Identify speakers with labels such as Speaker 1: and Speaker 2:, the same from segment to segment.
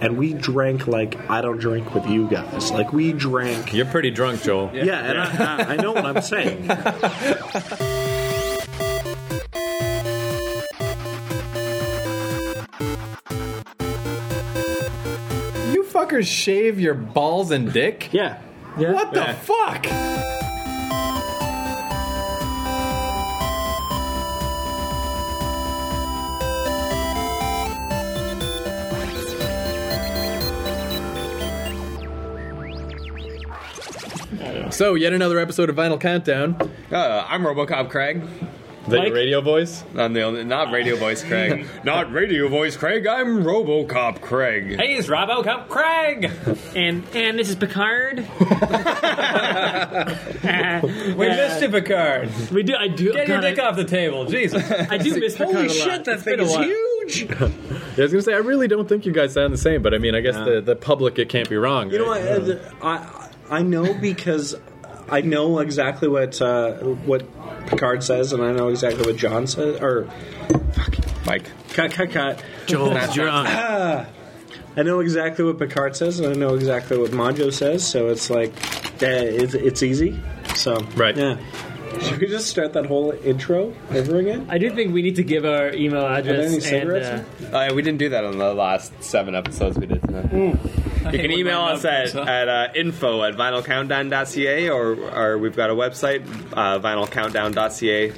Speaker 1: and we drank like I don't drink with you guys. Like we drank.
Speaker 2: You're pretty drunk, Joel.
Speaker 1: Yeah, and I, I, I know what I'm saying.
Speaker 2: You fuckers shave your balls and dick?
Speaker 1: Yeah. Yeah.
Speaker 2: What the
Speaker 1: Yeah.
Speaker 2: fuck? So, yet another episode of Vinyl Countdown.
Speaker 3: Uh, I'm RoboCop Craig.
Speaker 2: Is that
Speaker 1: Mike?
Speaker 2: your radio voice?
Speaker 3: I'm the only, not radio voice Craig. not radio voice Craig. I'm RoboCop Craig.
Speaker 4: Hey, it's Robbo Cup Craig.
Speaker 5: And and this is Picard. Uh,
Speaker 4: We missed you, Picard.
Speaker 5: We do. I do.
Speaker 4: Get your
Speaker 5: God, I-
Speaker 4: dick off the table, Jesus.
Speaker 5: I do miss Picard a lot. It's been a while.
Speaker 3: huge.
Speaker 2: Yeah, I was gonna say I really don't think you guys sound the same, but I mean, I guess the, the public it can't be wrong.
Speaker 1: You know
Speaker 2: right?
Speaker 1: what? uh, I I know because I know exactly what uh, what Picard says, and I know exactly what John says. Or
Speaker 3: Mike.
Speaker 1: cut, cut, cut.
Speaker 5: Joel's drunk.
Speaker 1: I know exactly what Picard says, and I know exactly what Monjo says. So it's like uh, it's, it's easy. So
Speaker 2: Right.
Speaker 1: yeah. Should we just start that whole intro over again?
Speaker 5: I do think we need to give our email
Speaker 1: Are there any
Speaker 5: address. And,
Speaker 1: cigarettes?
Speaker 5: uh,
Speaker 3: Uh, we didn't do that on the last seven episodes we did tonight. You can email us at, at uh, info at vinylcountdown.ca or, or we've got a website, uh, vinylcountdown.ca.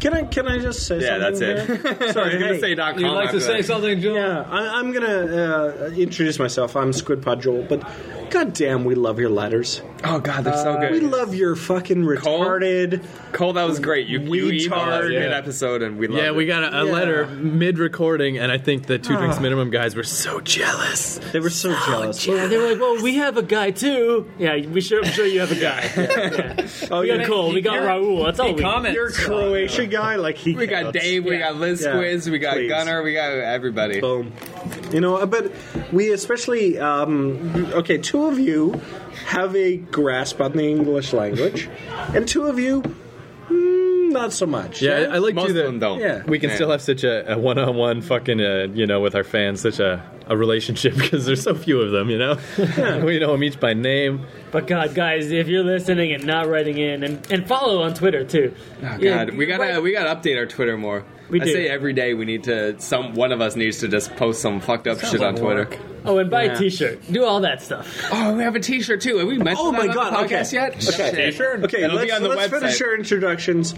Speaker 1: Can I can I just say
Speaker 3: Yeah, that's
Speaker 1: something?
Speaker 3: it.
Speaker 1: it. Sorry,
Speaker 3: I was going to
Speaker 1: hey.
Speaker 3: say dot com.
Speaker 4: You'd like to
Speaker 3: after
Speaker 4: say
Speaker 3: that.
Speaker 4: something, Joel?
Speaker 1: Yeah, I, I'm gonna uh, introduce myself. I'm Squidpod Joel, but goddamn, we love your letters.
Speaker 3: Oh, God, they're so
Speaker 1: Uh, We
Speaker 3: good.
Speaker 1: love your fucking retarded.
Speaker 3: Cole, that was great. You, you emailed us
Speaker 1: Retard.
Speaker 3: mid-episode and we loved
Speaker 2: Yeah,
Speaker 3: it.
Speaker 2: we got a, a
Speaker 1: Yeah.
Speaker 2: letter mid-recording, and I think the two drinks minimum guys were so jealous.
Speaker 1: They were so jealous.
Speaker 5: yeah, they were like, "Well, we have a guy too." Yeah, we sure. I'm sure you have a guy. Yeah, yeah.
Speaker 1: Oh,
Speaker 5: we
Speaker 1: yeah,
Speaker 5: got Cole. We got
Speaker 4: You're-
Speaker 5: Raul. That's all
Speaker 4: Hey,
Speaker 5: we got.
Speaker 4: comments.
Speaker 1: You're a Croatian guy, like he.
Speaker 3: We got
Speaker 1: counts.
Speaker 3: Dave, we
Speaker 5: Yeah.
Speaker 3: got Liz
Speaker 1: Yeah.
Speaker 3: Quiz, we got
Speaker 1: Please.
Speaker 3: Gunner, we got everybody.
Speaker 1: Boom. You know, but we especially um, okay. Two of you have a grasp on the English language, and two of you, mm, not so much.
Speaker 2: Yeah, I, I like
Speaker 3: Most
Speaker 2: to
Speaker 3: of
Speaker 2: the,
Speaker 3: them don't.
Speaker 1: Yeah.
Speaker 2: We can
Speaker 3: Yeah.
Speaker 2: still have such a, a one-on-one fucking, uh, you know, with our fans, such a, a relationship because there's so few of them. You know, we know them each by name.
Speaker 5: But God, guys, if you're listening and not writing in, and, and follow on Twitter too.
Speaker 3: Oh, God,
Speaker 5: Yeah,
Speaker 3: we gotta
Speaker 5: right.
Speaker 3: we gotta update our Twitter more.
Speaker 5: We
Speaker 3: I
Speaker 5: do.
Speaker 3: say every day we need to. Some one of us needs to just post some fucked up shit on Twitter.
Speaker 5: Oh, and buy
Speaker 1: Yeah.
Speaker 5: a T-shirt. Do all that stuff.
Speaker 3: Oh, we have a T-shirt too. Have we mentioned
Speaker 1: Oh
Speaker 3: that
Speaker 1: my
Speaker 3: on the
Speaker 1: God, okay.
Speaker 3: podcast yet?
Speaker 1: Okay.
Speaker 3: T-shirt.
Speaker 1: Okay,
Speaker 3: It'll
Speaker 1: let's,
Speaker 3: be on the
Speaker 1: let's
Speaker 3: website.
Speaker 1: finish our introductions.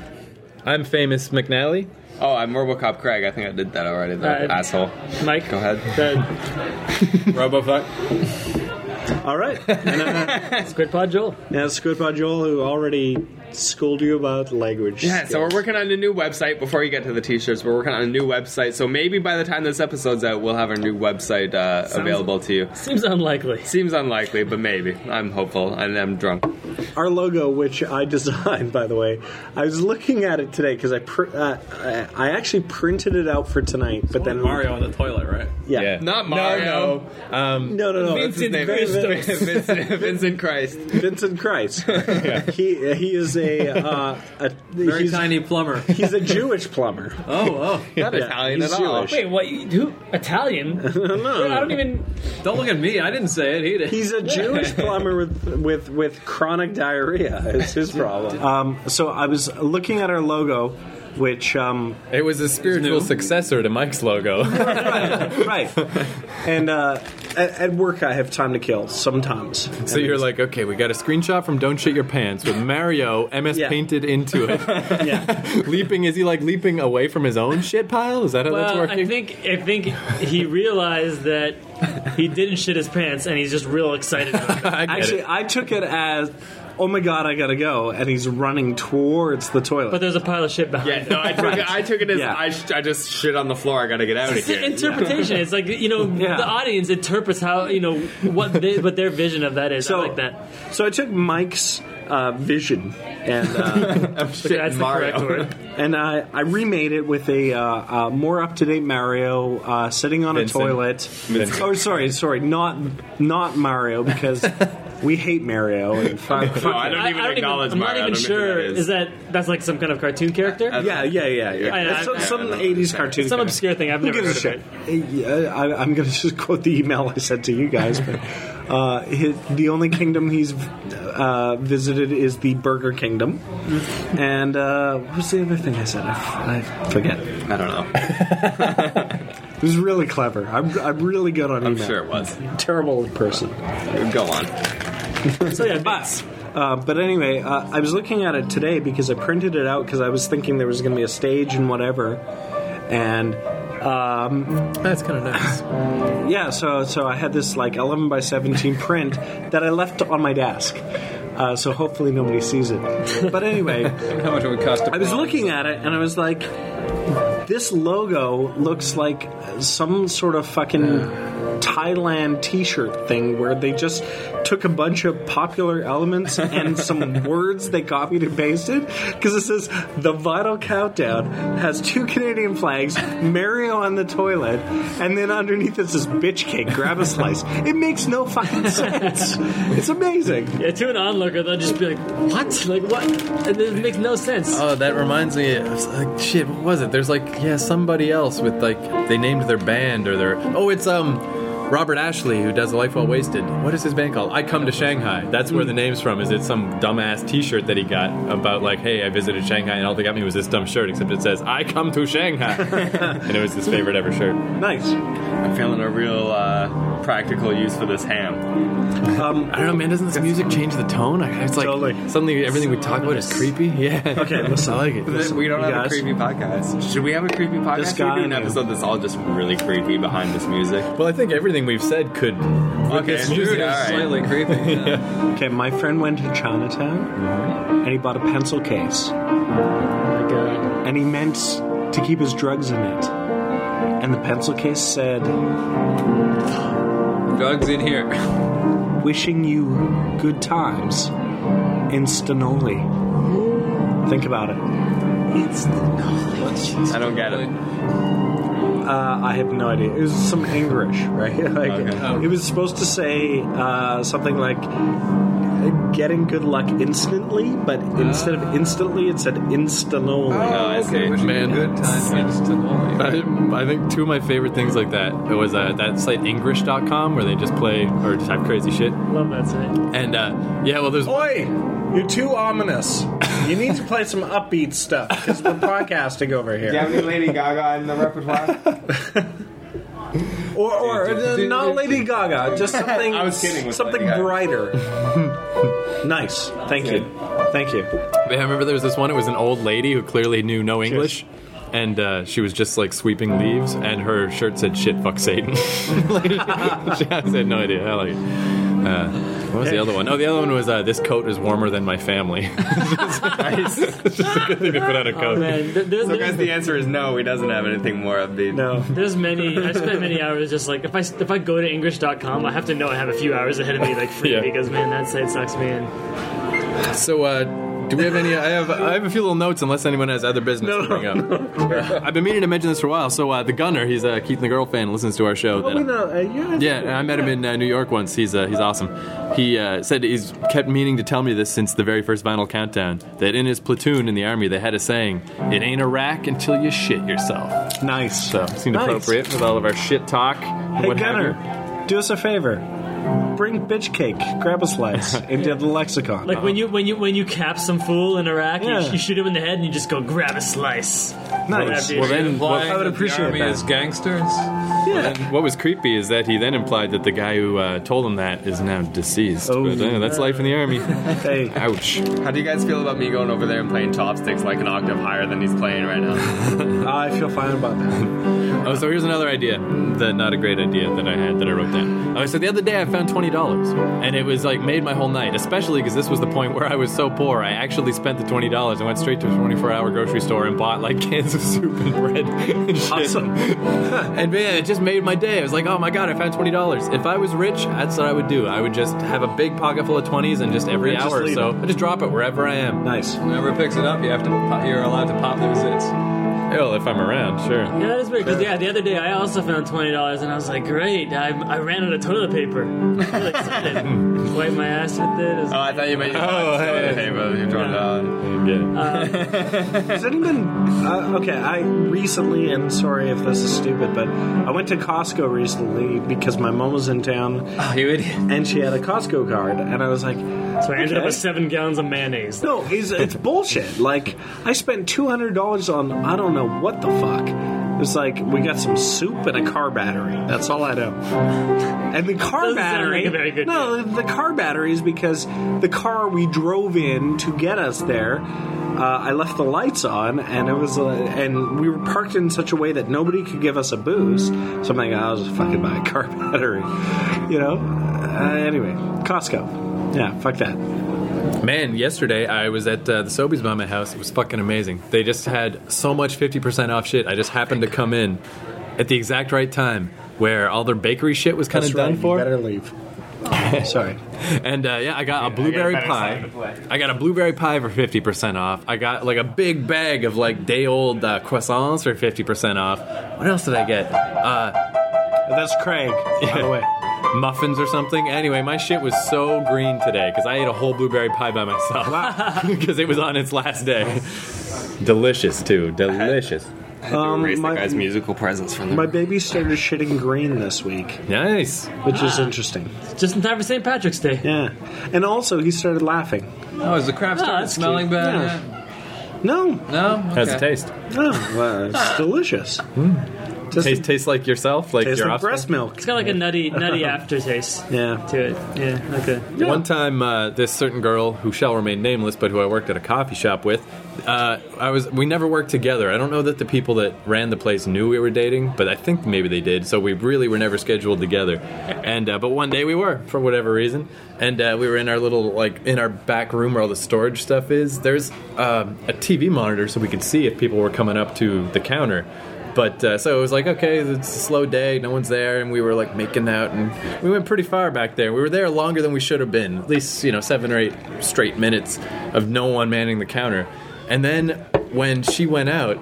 Speaker 2: I'm famous McNally.
Speaker 3: Oh, I'm RoboCop Craig. I think I did that already. Though,
Speaker 5: Uh,
Speaker 3: asshole.
Speaker 5: Mike,
Speaker 3: Go ahead.
Speaker 5: The
Speaker 3: RoboFuck.
Speaker 1: All right. And, uh,
Speaker 5: Squidpod Joel.
Speaker 1: now, Squidpod Joel, who already schooled you about language.
Speaker 3: Yeah, so we're
Speaker 1: skills.
Speaker 3: working on a new website. Before you get to the T-shirts, we're working on a new website. So maybe by the time this episode's out, we'll have our new website uh, available to you.
Speaker 5: Seems unlikely.
Speaker 3: Seems unlikely, but maybe. I'm hopeful, and I'm drunk.
Speaker 1: Our logo, which I designed, by the way, I was looking at it today because I pr- uh, I I actually printed it out for tonight, but then
Speaker 4: Mario in the toilet, right?
Speaker 1: yeah.
Speaker 3: Not Mario.
Speaker 2: No, no. Um,
Speaker 1: No, no, no.
Speaker 3: What's his
Speaker 1: Vincent,
Speaker 3: name? Vincent, Vincent Christ.
Speaker 1: Vincent Christ. He he is a, uh, a
Speaker 4: Very
Speaker 1: he's,
Speaker 4: tiny plumber.
Speaker 1: He's a Jewish plumber.
Speaker 4: Oh, oh.
Speaker 3: Not Italian
Speaker 1: he's
Speaker 3: at all.
Speaker 1: Jewish.
Speaker 5: Wait, what? You, who? Italian? I don't even.
Speaker 4: Don't look at me. I didn't say it. He did.
Speaker 1: He's a Jewish plumber with with with chronic diarrhea. Is his problem. Um, so I was looking at our logo, which um,
Speaker 2: it was a spiritual successor to Mike's logo.
Speaker 1: right, and uh, at, at work I have time to kill sometimes.
Speaker 2: So you're like, okay, we got a screenshot from "Don't Shit Your Pants" with Mario MS
Speaker 1: Yeah.
Speaker 2: painted into it,
Speaker 1: yeah,
Speaker 2: leaping. Is he like leaping away from his own shit pile? Is that how that's
Speaker 5: Well,
Speaker 2: working?
Speaker 5: I think I think he realized that he didn't shit his pants, and he's just real excited. About it.
Speaker 2: I get
Speaker 1: actually
Speaker 2: it.
Speaker 1: I took it as. Oh my god, I gotta go. And he's running towards the toilet.
Speaker 5: But there's a pile of shit behind.
Speaker 3: Yeah,
Speaker 5: him.
Speaker 3: no, I took, it, I took it as
Speaker 1: Yeah.
Speaker 3: I, sh- I just shit on the floor. I gotta get out of
Speaker 5: It's an
Speaker 3: here.
Speaker 5: interpretation. It's like you know
Speaker 1: Yeah.
Speaker 5: the audience interprets how you know what they, what their vision of that is. I like that.
Speaker 1: So I took Mike's uh, vision and uh,
Speaker 3: I'm shitting
Speaker 5: That's the
Speaker 3: Mario.
Speaker 5: correct word.
Speaker 1: and I, I remade it with a uh, uh, more up to date Mario uh, sitting on
Speaker 2: Vincent.
Speaker 1: a toilet. Oh, sorry, sorry, not not Mario because We hate Mario and fuck.
Speaker 3: No, I don't
Speaker 5: I-
Speaker 3: even
Speaker 5: I don't
Speaker 3: acknowledge
Speaker 5: even, I'm
Speaker 3: Mario. I
Speaker 5: not even
Speaker 3: don't know who
Speaker 5: sure.
Speaker 3: that
Speaker 5: Is.
Speaker 3: is.
Speaker 5: that that's like some kind of cartoon character?
Speaker 3: I-
Speaker 1: yeah, yeah, yeah, yeah.
Speaker 5: I- I-
Speaker 1: some some
Speaker 3: I- I-
Speaker 1: 80s cartoon.
Speaker 5: some
Speaker 1: guy.
Speaker 5: obscure thing I've
Speaker 1: Who
Speaker 5: never heard
Speaker 1: gives a
Speaker 5: of.
Speaker 1: shit?
Speaker 5: it.
Speaker 1: Yeah, I, I'm going to just quote the email I sent to you guys. But uh, his, the only kingdom he's uh, visited is the Burger Kingdom. And uh, what's the other thing I said? I, f- I forget. It
Speaker 3: I don't know.
Speaker 1: was really clever. I'm, I'm really good on
Speaker 3: I'm
Speaker 1: email.
Speaker 3: sure it was.
Speaker 1: Terrible person.
Speaker 3: Go on.
Speaker 5: So yeah, bits.
Speaker 1: Uh, but anyway, uh, I was looking at it today because I printed it out because I was thinking there was going to be a stage and whatever. And um,
Speaker 4: That's kind of nice.
Speaker 1: Yeah, so so I had this like 11 by 17 print that I left on my desk. Uh, so hopefully nobody sees it. But anyway,
Speaker 2: How much would it cost? To
Speaker 1: I was looking at it and I was like, this logo looks like some sort of fucking Thailand T-shirt thing where they just took a bunch of popular elements and some words they copied and pasted. Because it says the Vital Countdown has two Canadian flags, Mario on the toilet, and then underneath it says "Bitch Cake, grab a slice." It makes no fucking sense. It's amazing.
Speaker 5: Yeah, to an onlooker, they'll just be like, "What? Like what?" And it makes no sense.
Speaker 2: Oh, that reminds me. I was Like, shit, what was it? There's like, yeah, somebody else with like they named their band or their. Oh, it's um, Robert Ashley who does Life Well Wasted. What is his band called? I Come to Shanghai. That's where the name's from. Is it some dumbass T-shirt that he got about like, hey, I visited Shanghai and all they got me was this dumb shirt, except it says I come to Shanghai, and it was his favorite ever shirt.
Speaker 1: Nice.
Speaker 3: I'm feeling a real uh, practical use for this ham.
Speaker 1: Um,
Speaker 2: I don't know, man. Doesn't this music change the tone? I- It's like
Speaker 1: Totally.
Speaker 2: suddenly everything we talk about is creepy. Yeah.
Speaker 1: Okay, listen.
Speaker 2: I like it.
Speaker 3: We don't
Speaker 1: You
Speaker 3: have
Speaker 1: guys?
Speaker 3: a creepy podcast. Should we have a creepy podcast?
Speaker 1: This
Speaker 3: Should we
Speaker 1: guy
Speaker 3: do
Speaker 1: and
Speaker 3: an
Speaker 1: you.
Speaker 3: episode that's all just really creepy behind this music.
Speaker 2: Well, I think everything we've said could.
Speaker 3: Okay,
Speaker 2: this music
Speaker 3: all
Speaker 2: is
Speaker 3: right.
Speaker 2: slightly creepy.
Speaker 1: Okay, my friend went to Chinatown
Speaker 4: Mm-hmm.
Speaker 1: and he bought a pencil case.
Speaker 4: Oh
Speaker 1: And he meant to keep his drugs in it. And the pencil case said,
Speaker 4: Drugs in here.
Speaker 1: Wishing you good times in Stanoli. Think about it.
Speaker 3: I don't get it.
Speaker 1: Uh, I have no idea. It was some English, right? like,
Speaker 4: Okay.
Speaker 1: It was supposed to say uh, something like getting good luck instantly, but instead of instantly, it said instanoli.
Speaker 3: Oh, I see.
Speaker 2: Man.
Speaker 4: Good time.
Speaker 2: I, I think two of my favorite things like that it was uh, that site English.com where they just play or type crazy shit.
Speaker 5: Love that site.
Speaker 2: And uh, yeah, well, there's
Speaker 1: Oh. Oi! You're too ominous. You need to play some upbeat stuff because we're podcasting over here.
Speaker 3: have any Lady Gaga in the repertoire?
Speaker 1: Or, or uh, not Lady Gaga, just something.
Speaker 3: I was kidding with
Speaker 1: something
Speaker 3: Lady Gaga.
Speaker 1: brighter. nice. Thank you. Thank you.
Speaker 2: Yeah, I remember there was this one. It was an old lady who clearly knew no English, and uh, she was just like sweeping leaves, and her shirt said "shit fuck Satan." Like, she had no idea. I like it. Uh, what was the other one? Oh, the other one was uh, this coat is warmer than my family. it's just a good thing to put on a coat.
Speaker 5: Man, th- there's,
Speaker 3: so, guys,
Speaker 5: there's,
Speaker 3: the answer is no. He doesn't have anything more of the.
Speaker 1: No.
Speaker 5: there's many. I spent many hours just like if I if I go to English.com, I have to know I have a few hours ahead of me like free
Speaker 2: Yeah.
Speaker 5: because man, that site sucks me in.
Speaker 2: So, uh, do we have any? I have I have a few little notes. Unless anyone has other business to bring up, I've been meaning to mention this for a while. So, uh, the Gunner, he's a Keith and the Girl fan, listens to our show.
Speaker 1: Well,
Speaker 2: that-
Speaker 1: we know, uh, yeah,
Speaker 2: Yeah, and I met him in uh, New York once. He's uh, he's awesome. He uh, said he's kept meaning to tell me this since the very first Vinyl Countdown. That in his platoon in the army, they had a saying: "It ain't a rack until you shit yourself."
Speaker 1: Nice.
Speaker 2: So it seemed
Speaker 1: Nice.
Speaker 2: appropriate with all of our shit talk. and
Speaker 1: Hey,
Speaker 2: what have you.
Speaker 1: Gunner, do us a favor. Bring bitch cake, grab a slice, into the lexicon.
Speaker 5: Like when you when you when you cap some fool in Iraq,
Speaker 1: Yeah.
Speaker 5: you, sh- you shoot him in the head and you just go grab a slice.
Speaker 1: nice.
Speaker 5: Right
Speaker 2: Well,
Speaker 5: after you
Speaker 2: then what,
Speaker 1: I would appreciate
Speaker 4: the army
Speaker 1: that.
Speaker 4: is gangsters.
Speaker 1: yeah.
Speaker 2: what was creepy is that he then implied that the guy who uh, told him that is now deceased.
Speaker 1: Oh.
Speaker 2: But, uh, that's life in the army.
Speaker 1: Hey.
Speaker 2: Ouch.
Speaker 3: How do you guys feel about me going over there and playing chopsticks like an octave higher than he's playing right now?
Speaker 1: I feel fine about that.
Speaker 2: Oh, so here's another idea that not a great idea that I had that I wrote down. Oh, so the other day I found twenty dollars, and it was like made my whole night. Especially because this was the point where I was so poor, I actually spent the twenty dollars and went straight to a twenty-four hour grocery store and bought like cans of soup and bread and shit.
Speaker 1: Awesome.
Speaker 2: And man, it just made my day. I was like, oh my god, I found twenty dollars. If I was rich, that's what I would do. I would just have a big pocket full of twenties and just every
Speaker 1: And just
Speaker 2: hour or
Speaker 1: leave
Speaker 2: so, I just drop it wherever I am.
Speaker 1: Nice.
Speaker 4: Whoever picks it up, you have to. You're allowed to pop those zits.
Speaker 2: Well, if I'm around, sure.
Speaker 5: Yeah, that is weird. Because yeah, the other day I also found twenty dollars, and I was like, "Great! I, I ran out of toilet paper." I'm really excited. Wipe my ass with it. It was-
Speaker 3: Oh, I thought you meant you oh, hey. but you dropped it out.
Speaker 1: Has anyone? Uh, okay, I recently, and sorry if this is stupid, but I went to Costco recently because my mom was in town
Speaker 2: Ah,
Speaker 3: Oh, you idiot.
Speaker 1: and she had a Costco card, and I was like,
Speaker 5: so I ended up
Speaker 1: okay.
Speaker 5: with seven gallons of mayonnaise.
Speaker 1: no, it's, it's bullshit. Like I spent two hundred dollars on I don't know what the fuck. It's like we got some soup and a car battery. That's all I know. And the car
Speaker 5: Doesn't sound
Speaker 1: battery.
Speaker 5: like a very good
Speaker 1: no, the car battery is because the car we drove in to get us there. Uh, I left the lights on, and it was, uh, and we were parked in such a way that nobody could give us a boost. So I'm like, I'll just fucking buy a car battery, you know. Uh, anyway, Costco. Yeah, fuck that.
Speaker 2: Man, yesterday I was at uh, the Sobeys Mama house. It was fucking amazing. They just had so much 50% off shit. I just happened to come in at the exact right time where all their bakery shit was kind of
Speaker 1: That's right,
Speaker 2: done for.
Speaker 1: You better leave. Sorry.
Speaker 2: And uh, yeah, I got a blueberry
Speaker 3: better side to
Speaker 2: pie.
Speaker 3: play.
Speaker 2: I got a blueberry pie for fifty percent off. I got like a big bag of like day old uh, croissants for fifty percent off. What else did I get? Uh,
Speaker 1: That's Craig, by the way.
Speaker 2: muffins or something. Anyway, my shit was so green today because I ate a whole blueberry pie by myself because it was on its last day. Delicious too. Delicious.
Speaker 1: Um,
Speaker 3: Erase
Speaker 1: my-
Speaker 3: that guy's musical presence from the
Speaker 1: My baby started shitting green this week,
Speaker 2: Nice.
Speaker 1: which
Speaker 2: Ah.
Speaker 1: is interesting.
Speaker 5: Just in time for St. Patrick's Day.
Speaker 1: Yeah. And also, he started laughing.
Speaker 4: Oh, is the crab started
Speaker 5: that's
Speaker 4: smelling
Speaker 2: Oh,
Speaker 4: bad?
Speaker 1: Yeah. No,
Speaker 4: yet? No. Okay.
Speaker 2: How's it taste?
Speaker 1: no, well, it's delicious. Just
Speaker 2: Taste Ah. Hmm. tastes like yourself, like
Speaker 1: tastes
Speaker 2: your
Speaker 1: like
Speaker 2: offspring?
Speaker 1: breast milk.
Speaker 5: It's got like a nutty, nutty aftertaste
Speaker 1: Yeah.
Speaker 5: to it. Yeah, okay.
Speaker 2: One time, uh, this certain girl who shall remain nameless, but who I worked at a coffee shop with, uh, I was we never worked together. I don't know that the people that ran the place knew we were dating, but I think maybe they did. So we really were never scheduled together. And uh, but one day we were for whatever reason, and uh, we were in our little like in our back room where all the storage stuff is. There's um, a TV monitor so we could see if people were coming up to the counter. But uh, so it was like, okay, it's a slow day, no one's there, and we were like making out, and we went pretty far back there. We were there longer than we should have been, at least, you know, seven or eight straight minutes of no one manning the counter. And then when she went out,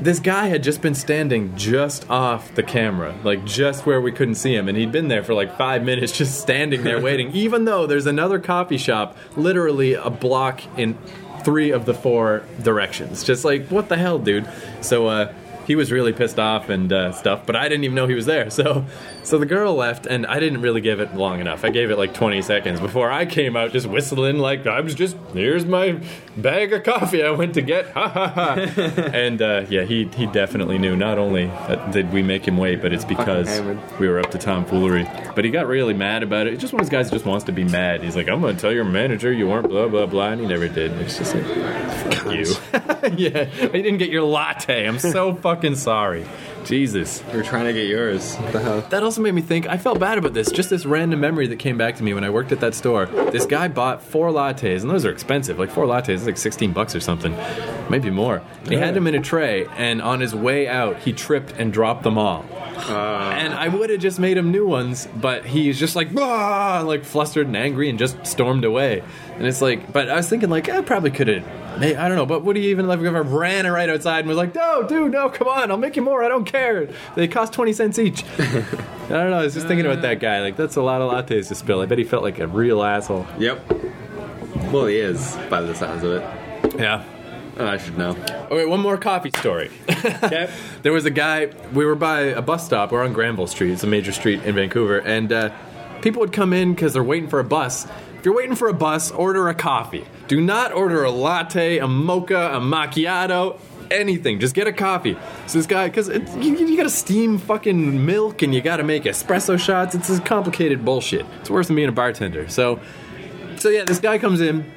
Speaker 2: this guy had just been standing just off the camera, like just where we couldn't see him, and he'd been there for like five minutes just standing there waiting, even though there's another coffee shop literally a block in three of the four directions. Just like, what the hell, dude? So, uh, he was really pissed off and uh, stuff, but I didn't even know he was there. So, so the girl left, and I didn't really give it long enough. I gave it like 20 seconds before I came out, just whistling like I was just here's my bag of coffee I went to get, ha ha ha. and uh, yeah, he he definitely knew. Not only that did we make him wait, but it's because
Speaker 3: Hammond.
Speaker 2: we were up to tomfoolery. But he got really mad about it. It's just one of those guys who just wants to be mad. He's like, I'm gonna tell your manager you weren't blah blah blah, and he never did. It's just like you. yeah, I didn't get your latte. I'm so fucking sorry. Jesus.
Speaker 3: You're trying to get yours. What the hell?
Speaker 2: That also made me think. I felt bad about this. Just this random memory that came back to me when I worked at that store. This guy bought four lattes, and those are expensive. Like four lattes is like 16 bucks or something, maybe more. He had them in a tray, and on his way out, he tripped and dropped them all. And I would have just made him new ones, but he's just like, "Ah," like flustered and angry and just stormed away. And it's like, but I was thinking, like, I probably could have, I don't know, but would he even like if I ran right outside and was like, no, dude, no, come on, I'll make you more, I don't care. They cost 20 cents each. I don't know, I was just thinking about that guy. Like, that's a lot of lattes to spill. I bet he felt like a real asshole.
Speaker 3: Yep. Well, he is, by the sounds of it.
Speaker 2: Yeah.
Speaker 3: Oh, I should know.
Speaker 2: Okay, one more coffee story.
Speaker 3: Yep.
Speaker 2: There was a guy. We were by a bus stop. We're on Granville Street. It's a major street in Vancouver, and uh, people would come in because they're waiting for a bus. If you're waiting for a bus, order a coffee. Do not order a latte, a mocha, a macchiato, anything. Just get a coffee. So this guy, because you, you got to steam fucking milk and you got to make espresso shots. It's this complicated bullshit. It's worse than being a bartender. So, so yeah, this guy comes in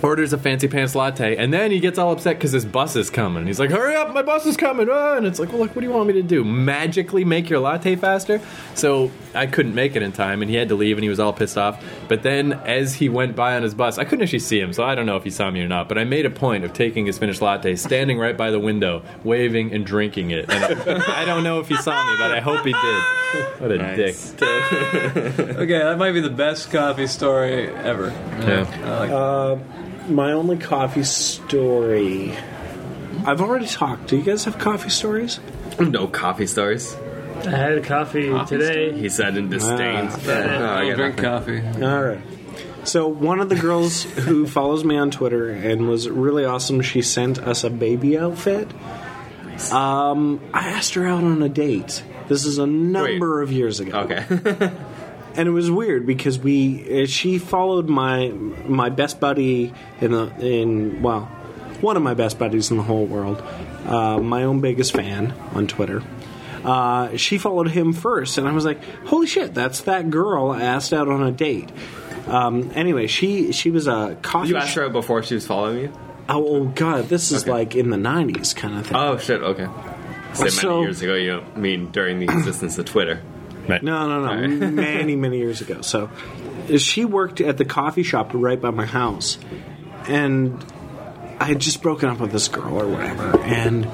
Speaker 2: orders a fancy pants latte, and then he gets all upset because his bus is coming. He's like, "Hurry up, my bus is coming!" ah," And it's like, "Well, like, what do you want me to do? Magically make your latte faster?" So I couldn't make it in time, and he had to leave, and he was all pissed off. But then, as he went by on his bus, I couldn't actually see him, so I don't know if he saw me or not. But I made a point of taking his finished latte, standing right by the window, waving and drinking it. And I, I don't know if he saw me, but I hope he did. What a
Speaker 3: Nice.
Speaker 2: dick!
Speaker 4: Okay, that might be the best coffee story ever.
Speaker 2: Yeah.
Speaker 4: I like-
Speaker 1: My only coffee story. I've already talked. Do you guys have coffee stories?
Speaker 3: No coffee stories,
Speaker 5: I had coffee, today.
Speaker 3: he said in disdain.
Speaker 1: Ah.
Speaker 3: No, I
Speaker 4: I'll
Speaker 3: get
Speaker 4: drink coffee.
Speaker 1: All right. So one of the girls who follows me on Twitter and was really awesome, she sent us a baby outfit. Um, I asked her out on a date. This is a number of years ago.
Speaker 3: nothing. Oh, Okay.
Speaker 1: and it was weird because we uh, she followed my my best buddy in the in well one of my best buddies in the whole world uh, my own biggest fan on twitter uh, she followed him first and i was like holy shit that's that girl i asked out on a date um, anyway she she was a coffee
Speaker 3: You asked her out before she was following you?
Speaker 1: oh, oh, god this is
Speaker 3: Okay.
Speaker 1: like in the 90s kind of thing
Speaker 3: Oh, shit, okay. Say
Speaker 1: So-
Speaker 3: many years ago, you don't mean during the existence of Twitter.
Speaker 1: No, no, no.
Speaker 3: All right.
Speaker 1: many, many years ago. So she worked at the coffee shop right by my house. And I had just broken up with this girl or whatever. And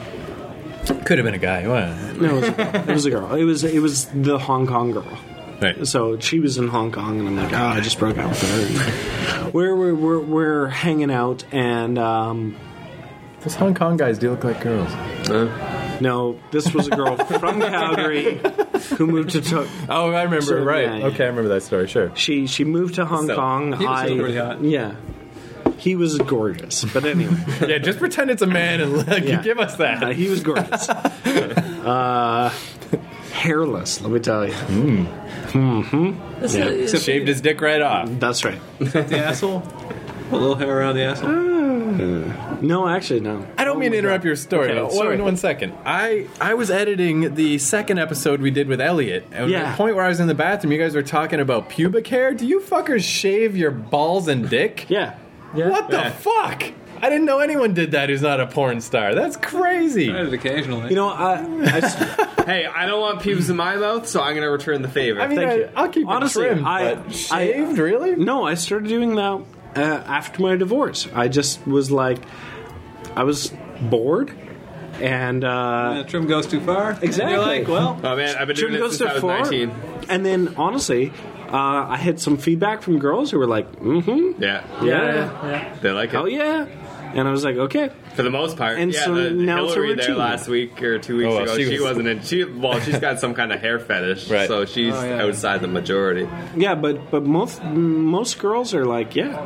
Speaker 2: Could have been a guy. Well,
Speaker 1: no, it was a girl. It was a girl. It was, it was the Hong Kong girl.
Speaker 2: right.
Speaker 1: So she was in Hong Kong, and I'm like, oh, I just broke up with her. we're, we're, we're, we're hanging out, and um,
Speaker 2: Those Hong Kong guys do look like girls.
Speaker 1: no, this was a girl from Calgary who moved to. To-
Speaker 2: Oh, I remember.
Speaker 1: So,
Speaker 2: right.
Speaker 1: yeah, yeah.
Speaker 2: Okay, I remember that story. Sure.
Speaker 1: She she moved to Hong
Speaker 3: So,
Speaker 1: Kong.
Speaker 4: he was
Speaker 1: I,
Speaker 4: still pretty hot.
Speaker 1: Yeah, he was gorgeous. But anyway,
Speaker 2: yeah, just pretend it's a man and like,
Speaker 1: Yeah.
Speaker 2: give us that.
Speaker 1: uh, he was gorgeous. uh, hairless, let me tell you.
Speaker 5: Yeah.
Speaker 2: Shaved his dick right off.
Speaker 1: That's right.
Speaker 4: The asshole? A little hair around the asshole?
Speaker 1: No, actually, no.
Speaker 2: I don't mean to interrupt your story.
Speaker 1: Oh Okay,
Speaker 2: but
Speaker 1: sorry.
Speaker 2: One, one second. I I was editing the second episode we did with Elliot, and at
Speaker 1: Yeah.
Speaker 2: the point where I was in the bathroom, you guys were talking about pubic hair. Do you fuckers shave your balls and dick?
Speaker 1: Yeah.
Speaker 2: What the fuck? I didn't know anyone did that who's not a porn star. That's crazy.
Speaker 4: I did occasionally.
Speaker 1: You know, I, I s-
Speaker 3: hey, I don't want pubes in my mouth, so I'm going to return the favor.
Speaker 2: I mean,
Speaker 1: Thank
Speaker 2: I,
Speaker 1: you.
Speaker 2: I'll keep
Speaker 1: Honestly,
Speaker 2: it trimmed.
Speaker 1: I-
Speaker 2: but
Speaker 1: I- Mm.
Speaker 2: shaved, really?
Speaker 1: no, I started doing that uh, after my divorce. I just was like, I was bored, and uh,
Speaker 4: Uh, trim goes too far. and
Speaker 1: Exactly.
Speaker 4: You're like, well,
Speaker 3: oh, man, I've been doing
Speaker 1: Jim goes
Speaker 3: this since I
Speaker 1: to
Speaker 3: was
Speaker 1: four.
Speaker 3: 19.
Speaker 1: And then, honestly, uh, I had some feedback from girls who were like, mm-hmm,
Speaker 3: Yeah.
Speaker 1: yeah,
Speaker 5: yeah.
Speaker 3: They like it.
Speaker 1: oh yeah, and I was like, okay,
Speaker 3: For the most part.
Speaker 1: And
Speaker 3: yeah,
Speaker 1: so
Speaker 3: the,
Speaker 1: now it's a
Speaker 3: Hillary there
Speaker 1: routine.
Speaker 3: last week or two weeks
Speaker 2: Oh, well,
Speaker 3: ago,
Speaker 2: she
Speaker 3: she, was,
Speaker 2: was-
Speaker 3: not in. She, well, she's got some kind of hair fetish,
Speaker 2: Right.
Speaker 3: so she's
Speaker 4: Oh, yeah.
Speaker 3: outside the majority.
Speaker 1: Yeah, but but most most girls are like, yeah,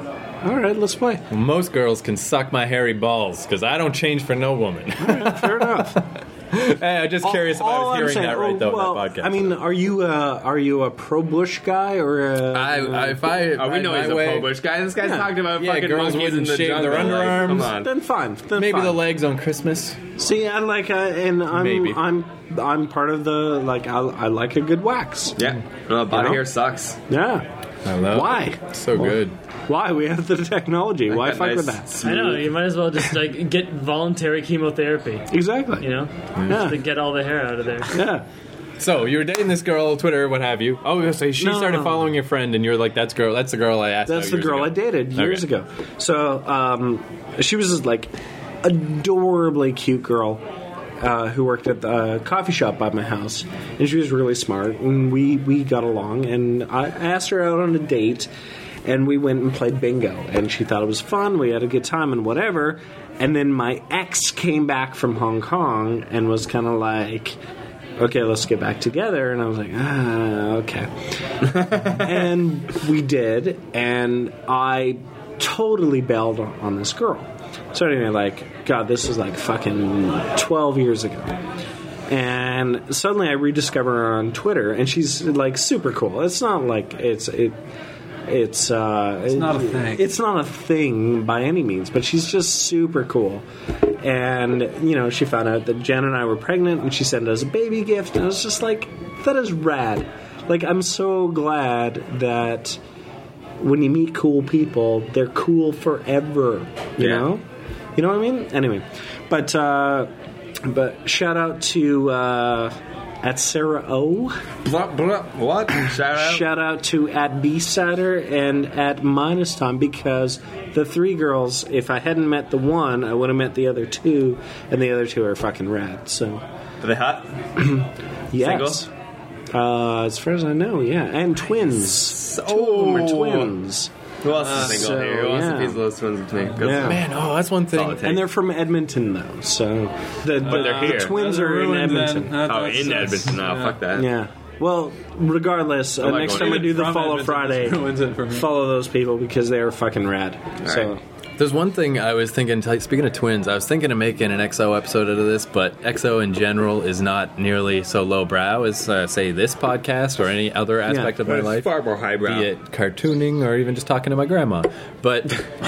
Speaker 1: all right, let's play.
Speaker 2: Most girls can suck my hairy balls because I don't change for no woman.
Speaker 1: Fair enough.
Speaker 2: hey, I'm just curious if I
Speaker 1: All
Speaker 2: was
Speaker 1: I'm
Speaker 2: hearing
Speaker 1: saying-
Speaker 2: that right
Speaker 1: oh,
Speaker 2: though
Speaker 1: well,
Speaker 2: in that podcast.
Speaker 1: I mean, are you uh, are you a pro Bush guy or? uh, A,
Speaker 2: I, I, if I,
Speaker 3: Oh, we know he's a pro bush guy. This guy's
Speaker 1: Yeah.
Speaker 3: talking about
Speaker 2: Yeah,
Speaker 3: fucking
Speaker 2: girls
Speaker 3: monkeys in
Speaker 2: wouldn't
Speaker 3: the
Speaker 2: shave
Speaker 3: jungle.
Speaker 2: their
Speaker 3: like,
Speaker 2: underarms.
Speaker 3: come on.
Speaker 1: then fine. Then
Speaker 2: Maybe
Speaker 1: fine.
Speaker 2: the legs on Christmas.
Speaker 1: See, I like, uh, and I'm
Speaker 2: Maybe.
Speaker 1: I'm I'm part of the like I, I like a good wax.
Speaker 3: Yeah, no, body
Speaker 1: You know?
Speaker 3: hair sucks.
Speaker 1: Yeah.
Speaker 2: I love
Speaker 1: Why?
Speaker 2: Oh, So good.
Speaker 1: Why we have the technology? Why
Speaker 3: Got
Speaker 1: fuck with
Speaker 3: nice,
Speaker 1: that?
Speaker 5: I know.
Speaker 3: smooth-
Speaker 5: You might as well just like get voluntary chemotherapy.
Speaker 1: Exactly.
Speaker 5: You know,
Speaker 1: Yeah.
Speaker 5: to get all the hair out of there.
Speaker 1: Yeah.
Speaker 2: So you were dating this girl, Twitter, what have you? Oh, so she
Speaker 1: No,
Speaker 2: started
Speaker 1: no.
Speaker 2: following your friend, and you're like, "That's girl. That's the girl I asked."
Speaker 1: That's
Speaker 2: out
Speaker 1: the
Speaker 2: years
Speaker 1: girl
Speaker 2: ago.
Speaker 1: I dated years
Speaker 2: Okay.
Speaker 1: ago. So um, she was this like adorably cute girl uh, who worked at the uh, coffee shop by my house, and she was really smart, and we we got along. And I asked her out on a date, and we went and played bingo, and she thought it was fun. We had a good time and whatever. And then my ex came back from Hong Kong and was kind of like. Okay, let's get back together. And I was like, ah, okay and we did, and I totally bailed on, on this girl. So anyway, like, God, this is like fucking twelve years ago. And suddenly I rediscover her on Twitter, and she's like super cool. It's not like it's it. It's uh, it's
Speaker 4: not a thing.
Speaker 1: It's not a thing by any means, but she's just super cool. And you know, she found out that Jen and I were pregnant, and she sent us a baby gift, and I was just like, that is rad. Like, I'm so glad that when you meet cool people, they're cool forever. You
Speaker 3: Yeah.
Speaker 1: know, you know what I mean. Anyway, but uh, but shout out to uh, at Sarah O.
Speaker 3: Blah, blah, what? Shout out.
Speaker 1: Shout out to at B Sider and at Minus Time because the three girls. If I hadn't met the one, I would have met the other two, and the other two are fucking rad. So
Speaker 3: Are they hot?
Speaker 1: yes, uh, as far as I know, yeah, and twins. Two of them are twins.
Speaker 3: Who else is single
Speaker 1: so,
Speaker 3: here? Who else
Speaker 1: yeah.
Speaker 3: appeals to those ones with me? 'Cause-
Speaker 1: Yeah.
Speaker 2: Man, oh, that's one thing.
Speaker 3: Solitary.
Speaker 1: And they're from Edmonton, though, so the, the,
Speaker 3: they're here.
Speaker 1: the twins
Speaker 4: They're
Speaker 1: are in
Speaker 4: ruined then.
Speaker 1: Edmonton.
Speaker 4: That-
Speaker 3: Oh,
Speaker 4: that's-
Speaker 3: in
Speaker 4: that's-
Speaker 3: Edmonton. No,
Speaker 4: yeah.
Speaker 3: fuck that.
Speaker 1: Yeah. Well, regardless, uh,
Speaker 3: not
Speaker 1: next
Speaker 3: going
Speaker 1: time I do the
Speaker 4: From
Speaker 1: Follow
Speaker 4: Edmonton,
Speaker 1: Friday,
Speaker 4: this ruins it for me.
Speaker 1: follow those people because they are fucking rad. so,
Speaker 2: There's one thing I was thinking. t- Speaking of twins, I was thinking of making an XO episode out of this, but XO in general is not nearly so lowbrow as uh, say this podcast or any other aspect of my
Speaker 3: It's
Speaker 2: life.
Speaker 3: far more highbrow.
Speaker 2: Be it cartooning or even just talking to my grandma, but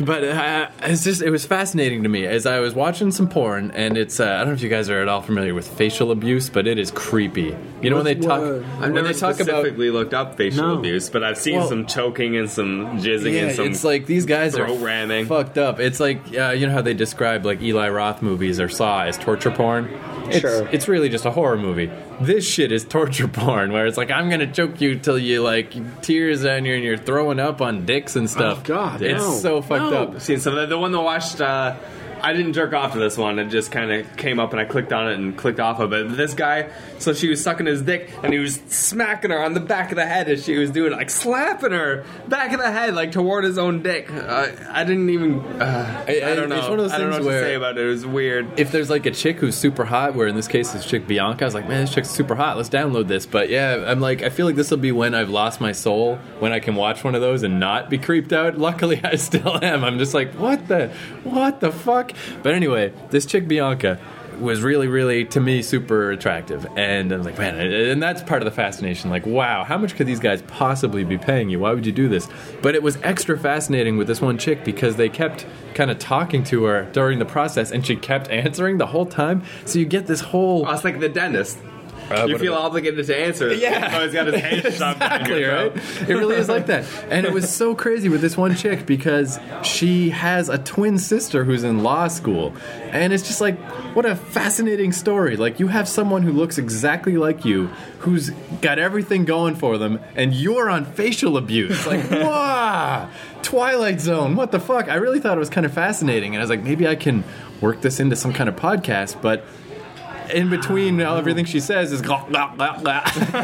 Speaker 2: but uh, it's just it was fascinating to me as I was watching some porn and it's uh, I don't know if you guys are at all familiar with facial abuse, but it is creepy. You know when they
Speaker 1: What's-
Speaker 2: talk
Speaker 1: what?
Speaker 2: when
Speaker 3: I've never
Speaker 2: they talk about
Speaker 3: specifically looked up facial
Speaker 1: No.
Speaker 3: abuse, but I've seen
Speaker 2: Well-
Speaker 3: some choking and some jizzing
Speaker 2: Yeah,
Speaker 3: and some.
Speaker 2: it's like these guys are
Speaker 3: throat ramming.
Speaker 2: fucked up. It's like uh, you know how they describe like Eli Roth movies or Saw as torture porn. It's,
Speaker 1: Sure.
Speaker 2: it's really just a horror movie. This shit is torture porn, where it's like I'm gonna choke you till you like tears on you and you're throwing up on dicks and stuff.
Speaker 1: Oh, God,
Speaker 2: it's
Speaker 1: no.
Speaker 2: so fucked
Speaker 1: No.
Speaker 2: up.
Speaker 3: seen some. The, the one that watched. Uh, I didn't jerk off to this one. It just kind of came up, and I clicked on it and clicked off of it. This guy, so she was sucking his dick, and he was smacking her on the back of the head as she was doing, it, like slapping her back of the head, like toward his own dick. Uh, I didn't even. Uh, I,
Speaker 2: I-
Speaker 3: don't know.
Speaker 2: it's one of those
Speaker 3: I don't know
Speaker 2: things
Speaker 3: what
Speaker 2: where-
Speaker 3: to say about it. It was weird.
Speaker 2: if there's like a chick who's super hot, where in this case it's chick Bianca, I was like, man, this chick's super hot. Let's download this. But yeah, I'm like, I feel like this will be when I've lost my soul, when I can watch one of those and not be creeped out. Luckily, I still am. I'm just like, what the, what the fuck? But anyway, this chick Bianca was really, really to me super attractive, and I was like, man, and that's part of the fascination. Like, wow, how much could these guys possibly be paying you? Why would you do this? But it was extra fascinating with this one chick because they kept kind of talking to her during the process, and she kept answering the whole time. So you get this whole
Speaker 3: I was like the dentist.
Speaker 2: what
Speaker 3: you feel
Speaker 2: about-
Speaker 3: obligated to answer.
Speaker 2: Yeah.
Speaker 3: Oh, he's got his hand shoved down
Speaker 2: exactly
Speaker 3: your
Speaker 2: right.
Speaker 3: throat.
Speaker 2: It really is like that, and it was so crazy with this one chick because she has a twin sister who's in law school, and it's just like what a fascinating story. Like you have someone who looks exactly like you, who's got everything going for them, and you're on facial abuse. Like wow, Twilight Zone. What the fuck? I really thought it was kind of fascinating, and I was like, maybe I can work this into some kind of podcast, but in between now everything she says is blah, blah, blah, blah. like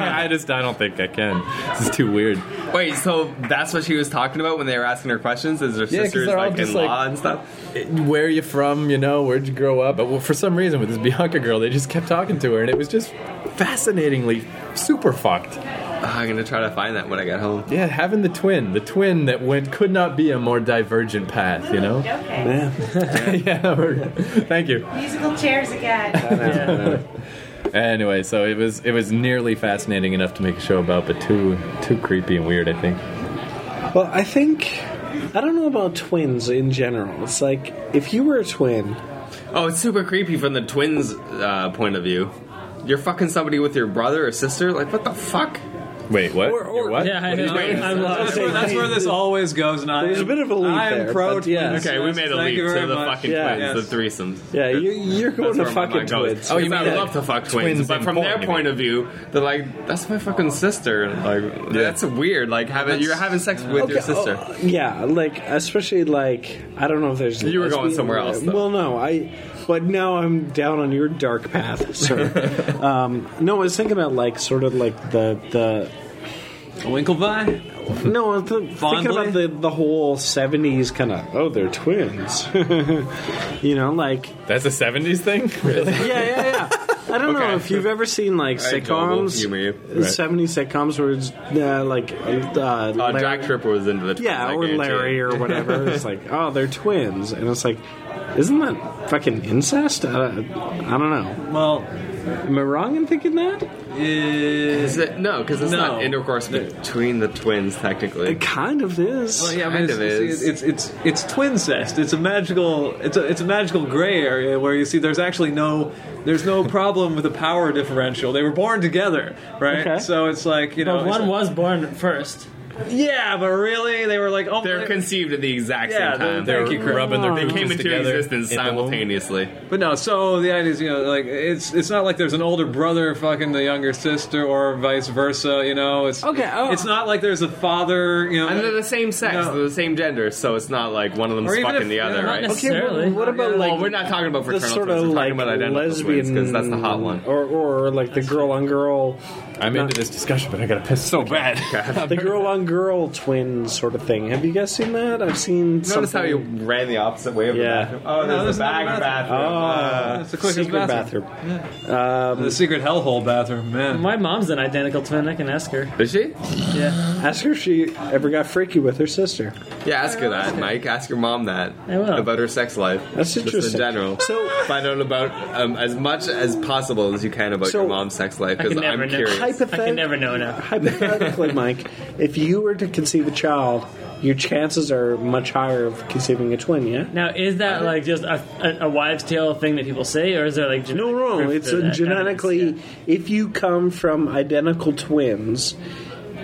Speaker 2: I just I don't think I can. This is too weird.
Speaker 3: Wait, so that's what she was talking about when they were asking her questions? Is her
Speaker 2: 'cause
Speaker 3: sisters
Speaker 2: they're all
Speaker 3: like
Speaker 2: just
Speaker 3: in
Speaker 2: like-
Speaker 3: law and stuff?
Speaker 2: Where are you from? You know, where'd you grow up? But well, for some reason with this Bianca girl, they just kept talking to her, and it was just fascinatingly super fucked.
Speaker 3: Ah, I'm gonna try to find that when I get home.
Speaker 2: Yeah, having the twin, the twin that went could not be a more divergent path. You know.
Speaker 6: Okay.
Speaker 2: yeah. we're- Thank you.
Speaker 6: Musical chairs again.
Speaker 2: Anyway, so it was it was nearly fascinating enough to make a show about, but too too creepy and weird. I think.
Speaker 1: well, I think I don't know about twins in general. It's like if you were a twin,
Speaker 3: Oh, it's super creepy from the twins' uh, point of view. You're fucking somebody with your brother or sister? Like, what the fuck?
Speaker 2: Wait, what?
Speaker 1: Or- or-
Speaker 2: Your what?
Speaker 5: Yeah, I know. I'm
Speaker 4: That's
Speaker 5: lost.
Speaker 4: where, that's where this always goes, and I
Speaker 1: There's a
Speaker 4: am-
Speaker 1: bit of a leap
Speaker 4: I am
Speaker 1: there,
Speaker 4: pro
Speaker 1: but yeah.
Speaker 4: twins.
Speaker 3: Okay, we
Speaker 4: Yes,
Speaker 3: made a
Speaker 4: thank
Speaker 3: leap
Speaker 4: you
Speaker 3: to
Speaker 4: very
Speaker 3: the
Speaker 4: much.
Speaker 3: fucking
Speaker 1: Yeah.
Speaker 3: twins,
Speaker 4: Yes.
Speaker 3: the threesomes.
Speaker 1: yeah, you, you're going
Speaker 3: That's
Speaker 1: to
Speaker 3: where my
Speaker 1: fucking
Speaker 3: mind goes.
Speaker 1: twins.
Speaker 2: Oh, you
Speaker 3: Because
Speaker 2: mean
Speaker 3: I would love
Speaker 2: like
Speaker 3: to fuck twins,
Speaker 2: twins
Speaker 3: but
Speaker 2: in
Speaker 3: from
Speaker 2: porn,
Speaker 3: their
Speaker 2: you
Speaker 3: point of view, they're like, "That's my fucking sister." and, Like, that's weird. Like, having you're having sex with your
Speaker 1: Okay,
Speaker 3: sister.
Speaker 1: oh, yeah, like especially like I don't know if there's
Speaker 3: You were going
Speaker 1: lesbian-
Speaker 3: somewhere else, though.
Speaker 1: Well, no, I. But now I'm down on your dark path, sir. um, no, I was thinking about like sort of like the the
Speaker 4: Winkleby?
Speaker 1: No, I'm th-
Speaker 4: Fondly?
Speaker 1: thinking about the, the whole 70s kind of, oh, they're twins. you know, like,
Speaker 2: That's a '70s thing. Really?
Speaker 1: yeah, yeah, yeah. I don't know if you've ever seen, like,
Speaker 3: I don't
Speaker 1: sitcoms,
Speaker 3: humor you.
Speaker 1: uh, 70s sitcoms where it's, uh, like, uh,
Speaker 3: Uh,
Speaker 1: Larry-
Speaker 3: Jack Tripper was into the twins,
Speaker 1: yeah,
Speaker 3: I
Speaker 1: or
Speaker 3: guarantee
Speaker 1: Larry
Speaker 3: it.
Speaker 1: or whatever. it's like, oh, they're twins. And it's like, isn't that fucking incest? Uh, I, I don't know.
Speaker 4: Well,
Speaker 1: Am I wrong in thinking that?
Speaker 4: is
Speaker 3: Is it no? Because it's
Speaker 4: No.
Speaker 3: not intercourse between the twins technically.
Speaker 1: It kind of is.
Speaker 4: Well, yeah,
Speaker 3: Kind
Speaker 4: but
Speaker 3: of is.
Speaker 4: it's, It's it's it's, it's twin cest. It's a magical it's a it's a magical gray area where you see there's actually no there's no problem with the power differential. They were born together, right?
Speaker 1: Okay.
Speaker 4: So it's like you know,
Speaker 5: But
Speaker 4: it's
Speaker 5: one
Speaker 4: like-
Speaker 5: was born first.
Speaker 4: yeah, but really they were like oh
Speaker 3: They're
Speaker 4: my-
Speaker 3: conceived at the exact
Speaker 4: Yeah,
Speaker 3: same time.
Speaker 4: they're- Thank you, Chris.
Speaker 2: rubbing their
Speaker 1: They
Speaker 3: they
Speaker 2: cooches
Speaker 3: came into
Speaker 2: together
Speaker 3: existence
Speaker 2: in the womb.
Speaker 3: simultaneously.
Speaker 4: But no, so the idea is, you know, like it's it's not like there's an older brother fucking the younger sister or vice versa, you know. It's
Speaker 1: Okay, oh.
Speaker 4: It's not like there's a father, you know.
Speaker 3: And they're the same sex,
Speaker 4: No.
Speaker 3: they're the same gender, so it's not like one of them's
Speaker 4: Or even
Speaker 3: fucking
Speaker 4: if-
Speaker 3: the other,
Speaker 4: yeah, not
Speaker 3: right?
Speaker 5: necessarily.
Speaker 1: Okay, but what about like
Speaker 3: Well, we're not talking about
Speaker 1: the
Speaker 3: fraternal
Speaker 1: sort
Speaker 3: twins.
Speaker 1: of
Speaker 3: We're
Speaker 1: like
Speaker 3: talking about identical
Speaker 1: lesbian
Speaker 3: because that's the hot one.
Speaker 1: or or like the girl on girl
Speaker 2: I'm into this discussion, but I gotta piss so bad.
Speaker 1: The girl on girl twin sort of thing. Have you guys seen that? I've seen.
Speaker 3: Notice
Speaker 1: something.
Speaker 3: how you ran the opposite way of
Speaker 1: Yeah.
Speaker 3: the bathroom. Oh,
Speaker 4: No,
Speaker 3: there's
Speaker 4: there's
Speaker 3: the
Speaker 4: another
Speaker 3: bag bathroom.
Speaker 4: bathroom.
Speaker 3: Uh,
Speaker 1: Ah,
Speaker 4: It's the quickest
Speaker 1: secret
Speaker 4: bathroom.
Speaker 1: bathroom.
Speaker 4: The secret hellhole bathroom, man.
Speaker 5: My mom's an identical twin. I can ask her.
Speaker 3: Is she?
Speaker 5: Yeah,
Speaker 1: Ask her if she ever got freaky with her sister.
Speaker 3: Yeah, ask her that, Mike. Ask your mom that.
Speaker 5: I will.
Speaker 3: About her sex life.
Speaker 1: That's
Speaker 3: Just
Speaker 1: interesting.
Speaker 3: in general.
Speaker 1: So-
Speaker 3: Find out about um, as much as possible as you can about
Speaker 1: So-
Speaker 3: your mom's sex life,
Speaker 5: I
Speaker 3: because
Speaker 5: can never
Speaker 3: I'm
Speaker 5: know.
Speaker 3: curious.
Speaker 1: Hypothet-
Speaker 5: I can never know now.
Speaker 1: Hypothetically, Mike, if you were to conceive a child, your chances are much higher of conceiving a twin. Yeah.
Speaker 5: Now, is that like just a, a, a wives' tale thing that people say, or is there like
Speaker 1: No,
Speaker 5: genetic
Speaker 1: no,
Speaker 5: proof
Speaker 1: it's
Speaker 5: to
Speaker 1: a
Speaker 5: that?
Speaker 1: genetically.
Speaker 5: Evidence,
Speaker 1: If you come from identical twins,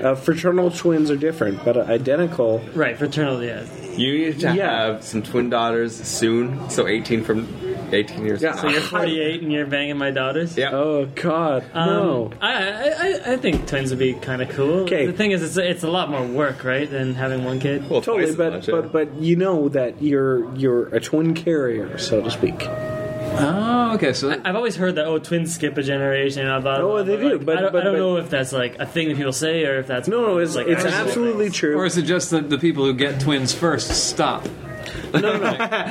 Speaker 1: uh, fraternal twins are different, but identical.
Speaker 5: yeah. right fraternal. Yeah,
Speaker 3: You need to
Speaker 1: Yeah.
Speaker 3: have some twin daughters soon. So 18 from 18 years.
Speaker 1: Yeah.
Speaker 3: old.
Speaker 5: so you're 48 and you're banging my daughters.
Speaker 3: Yeah.
Speaker 1: Oh God,
Speaker 5: Um,
Speaker 1: no!
Speaker 5: I, I I- I think twins would be kind of cool.
Speaker 1: 'Kay.
Speaker 5: The thing is, it's it's a lot more work, right, than having one kid.
Speaker 3: Well,
Speaker 1: Totally,
Speaker 3: twice as
Speaker 1: but
Speaker 3: much, yeah.
Speaker 1: but but you know that you're you're a twin carrier, so to speak.
Speaker 4: Oh, okay. So
Speaker 5: I've always heard that oh, twins skip a generation. And blah, blah,
Speaker 1: Oh, they
Speaker 5: blah,
Speaker 1: do,
Speaker 5: Like,
Speaker 1: but-
Speaker 5: I don't,
Speaker 1: but-
Speaker 5: I don't
Speaker 1: but-
Speaker 5: know if that's like a thing that people say or if that's
Speaker 1: No, no, it's
Speaker 5: like,
Speaker 1: it's
Speaker 5: actual
Speaker 1: absolutely
Speaker 5: things.
Speaker 1: true.
Speaker 4: Or is it just that the people who get twins first stop? No, no.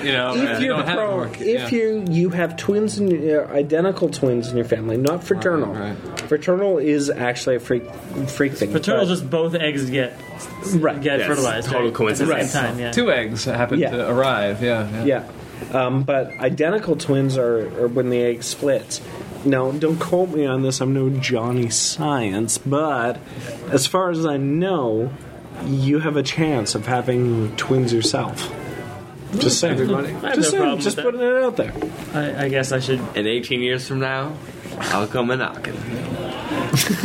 Speaker 4: you know,
Speaker 1: if
Speaker 4: you
Speaker 1: you're
Speaker 4: don't have
Speaker 1: pro,
Speaker 4: more-
Speaker 1: if
Speaker 4: yeah.
Speaker 1: you you have twins in your, identical twins in your family, not fraternal.
Speaker 4: Right,
Speaker 1: Fraternal is actually a freak freak thing.
Speaker 5: Fraternal's
Speaker 1: but-
Speaker 5: just both eggs get
Speaker 1: Right.
Speaker 5: get
Speaker 3: Yes,
Speaker 5: fertilized.
Speaker 3: total
Speaker 5: right?
Speaker 3: coincidence.
Speaker 5: At the same time, yeah.
Speaker 4: two eggs happen
Speaker 1: Yeah.
Speaker 4: to arrive. Yeah, yeah.
Speaker 1: Yeah. Um, but identical twins are, are when the egg splits. Now, don't quote me on this. I'm no Johnny Science, but as far as I know, you have a chance of having twins yourself. Just saying.
Speaker 4: Everybody.
Speaker 5: I have
Speaker 1: Just
Speaker 5: no
Speaker 1: saying.
Speaker 5: problem
Speaker 1: Just
Speaker 5: with
Speaker 1: putting it out there.
Speaker 5: that. I, I guess I should.
Speaker 3: And 18 years from now, I'll come a knocking.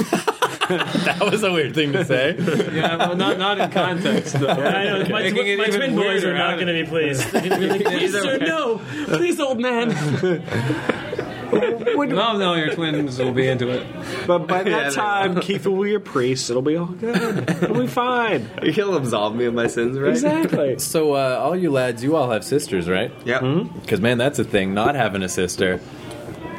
Speaker 2: that was a weird thing to say.
Speaker 4: yeah well, not not in context though.
Speaker 5: I know my,
Speaker 4: Making it
Speaker 5: tw- my
Speaker 4: even
Speaker 5: twin boys
Speaker 4: weirder,
Speaker 5: are not
Speaker 4: aren't
Speaker 5: going to be pleased. They're gonna be like, please, sir, no, please, old man.
Speaker 4: No, no, your twins will be into it.
Speaker 1: But by that
Speaker 3: Yeah, they
Speaker 1: time, Keith will be a priest. It'll be all good. It'll be fine.
Speaker 3: He'll absolve me of my sins, right?
Speaker 1: Exactly.
Speaker 2: So, uh, all you lads, you all have sisters, right?
Speaker 3: Yep.
Speaker 4: Hmm?
Speaker 2: Because man, that's a thing. Not having a sister.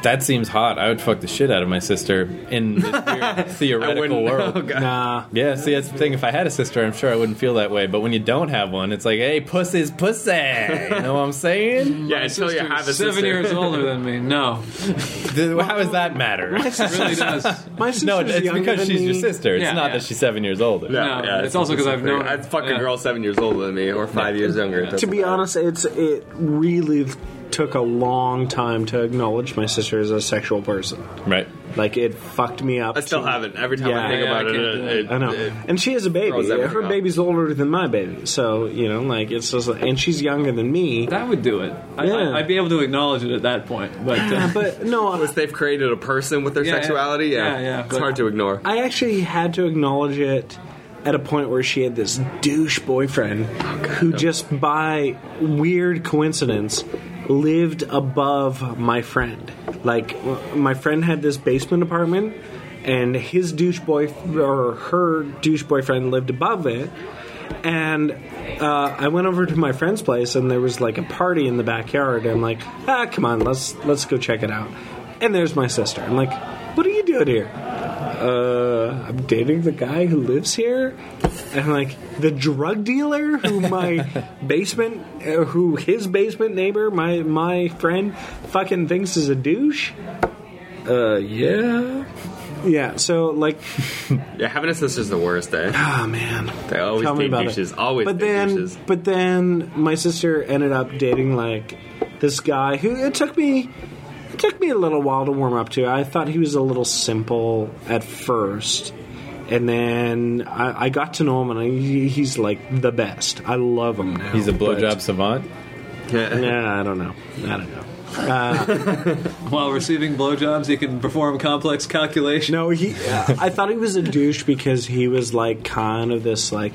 Speaker 2: That seems hot. I would fuck the shit out of my sister in this weird theoretical world.
Speaker 3: Oh, God.
Speaker 1: Nah.
Speaker 2: Yeah, see, that's the thing. If I had a sister, I'm sure I wouldn't feel that way. But when you don't have one, it's like, hey, pussy's pussy. You know what I'm saying?
Speaker 3: Yeah, until you
Speaker 4: Sister's
Speaker 3: have a
Speaker 4: seven
Speaker 3: sister.
Speaker 4: years older than me. No,
Speaker 2: Th- How does that matter?
Speaker 4: it really does.
Speaker 1: My sister's
Speaker 2: No, it's
Speaker 1: younger
Speaker 2: because
Speaker 1: than
Speaker 2: she's
Speaker 1: me.
Speaker 2: your sister. It's
Speaker 4: Yeah,
Speaker 2: not
Speaker 4: yeah.
Speaker 2: that she's seven years older.
Speaker 4: No, it's also 'cause I've known-
Speaker 3: I'd fuck a
Speaker 4: yeah.
Speaker 3: girl seven years older than me or five years younger.
Speaker 1: To be honest, it's it really took a long time to acknowledge my sister as a sexual person.
Speaker 2: Right.
Speaker 1: Like it fucked me up.
Speaker 3: I still
Speaker 1: to-
Speaker 3: haven't. Every time
Speaker 1: Yeah,
Speaker 3: I think
Speaker 4: yeah, I
Speaker 3: about it,
Speaker 4: can't
Speaker 3: it,
Speaker 4: do
Speaker 3: it,
Speaker 1: I know,
Speaker 3: it-
Speaker 1: and she has a baby.
Speaker 3: throws everything
Speaker 1: Her
Speaker 3: off.
Speaker 1: baby's older than my baby, so you know, like it's just, and she's younger than me.
Speaker 4: That would do it. I,
Speaker 1: Yeah.
Speaker 4: I, I'd be able to acknowledge it at that point, but. Uh,
Speaker 1: But no,
Speaker 3: Once they've created a person with their
Speaker 4: Yeah, yeah.
Speaker 3: sexuality, yeah,
Speaker 4: Yeah, yeah,
Speaker 3: it's
Speaker 4: but-
Speaker 3: hard to ignore.
Speaker 1: I actually had to acknowledge it at a point where she had this douche boyfriend who just by weird coincidence lived above my friend. Like m- my friend had this basement apartment and his douche boy or her douche boyfriend lived above it and uh, I went over to my friend's place, and there was like a party in the backyard. And I'm like, ah, come on, let's let's go check it out. And there's my sister. I'm like, what are you doing here? Uh, I'm dating the guy who lives here, and like the drug dealer who my basement, uh, who his basement neighbor, my my friend, fucking thinks is a douche. Uh, yeah, yeah. So like,
Speaker 3: Yeah, having a sister's the worst, eh?
Speaker 1: ah, man.
Speaker 3: They always
Speaker 1: Tell me
Speaker 3: date
Speaker 1: about
Speaker 3: douches.
Speaker 1: it.
Speaker 3: Always
Speaker 1: but
Speaker 3: date
Speaker 1: then,
Speaker 3: douches.
Speaker 1: But then my sister ended up dating like this guy who it took me it took me a little while to warm up to. I thought he was a little simple at first. And then I, I got to know him, and I, he- he's like the best. I love him now.
Speaker 2: He's a
Speaker 1: but-
Speaker 2: blowjob savant.
Speaker 3: Yeah.
Speaker 1: Yeah, I don't know. I don't know.
Speaker 4: while receiving blowjobs, he can perform complex calculations.
Speaker 1: No, he. I thought he was a douche because he was like kind of this like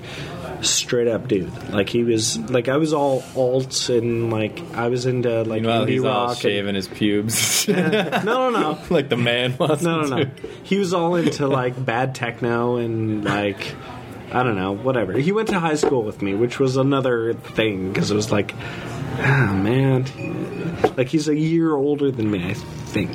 Speaker 1: straight up dude. Like he was like I was all alt and like I was into like
Speaker 2: Meanwhile,
Speaker 1: indie
Speaker 2: he's all
Speaker 1: rock.
Speaker 2: shaving his pubes
Speaker 1: And, no, no, no.
Speaker 2: like the man was.
Speaker 1: No,
Speaker 2: to
Speaker 1: no, no.
Speaker 2: do.
Speaker 1: He was all into like bad techno and like I don't know, whatever. He went to high school with me, which was another thing because it was like, ah, man, like he's a year older than me, I think.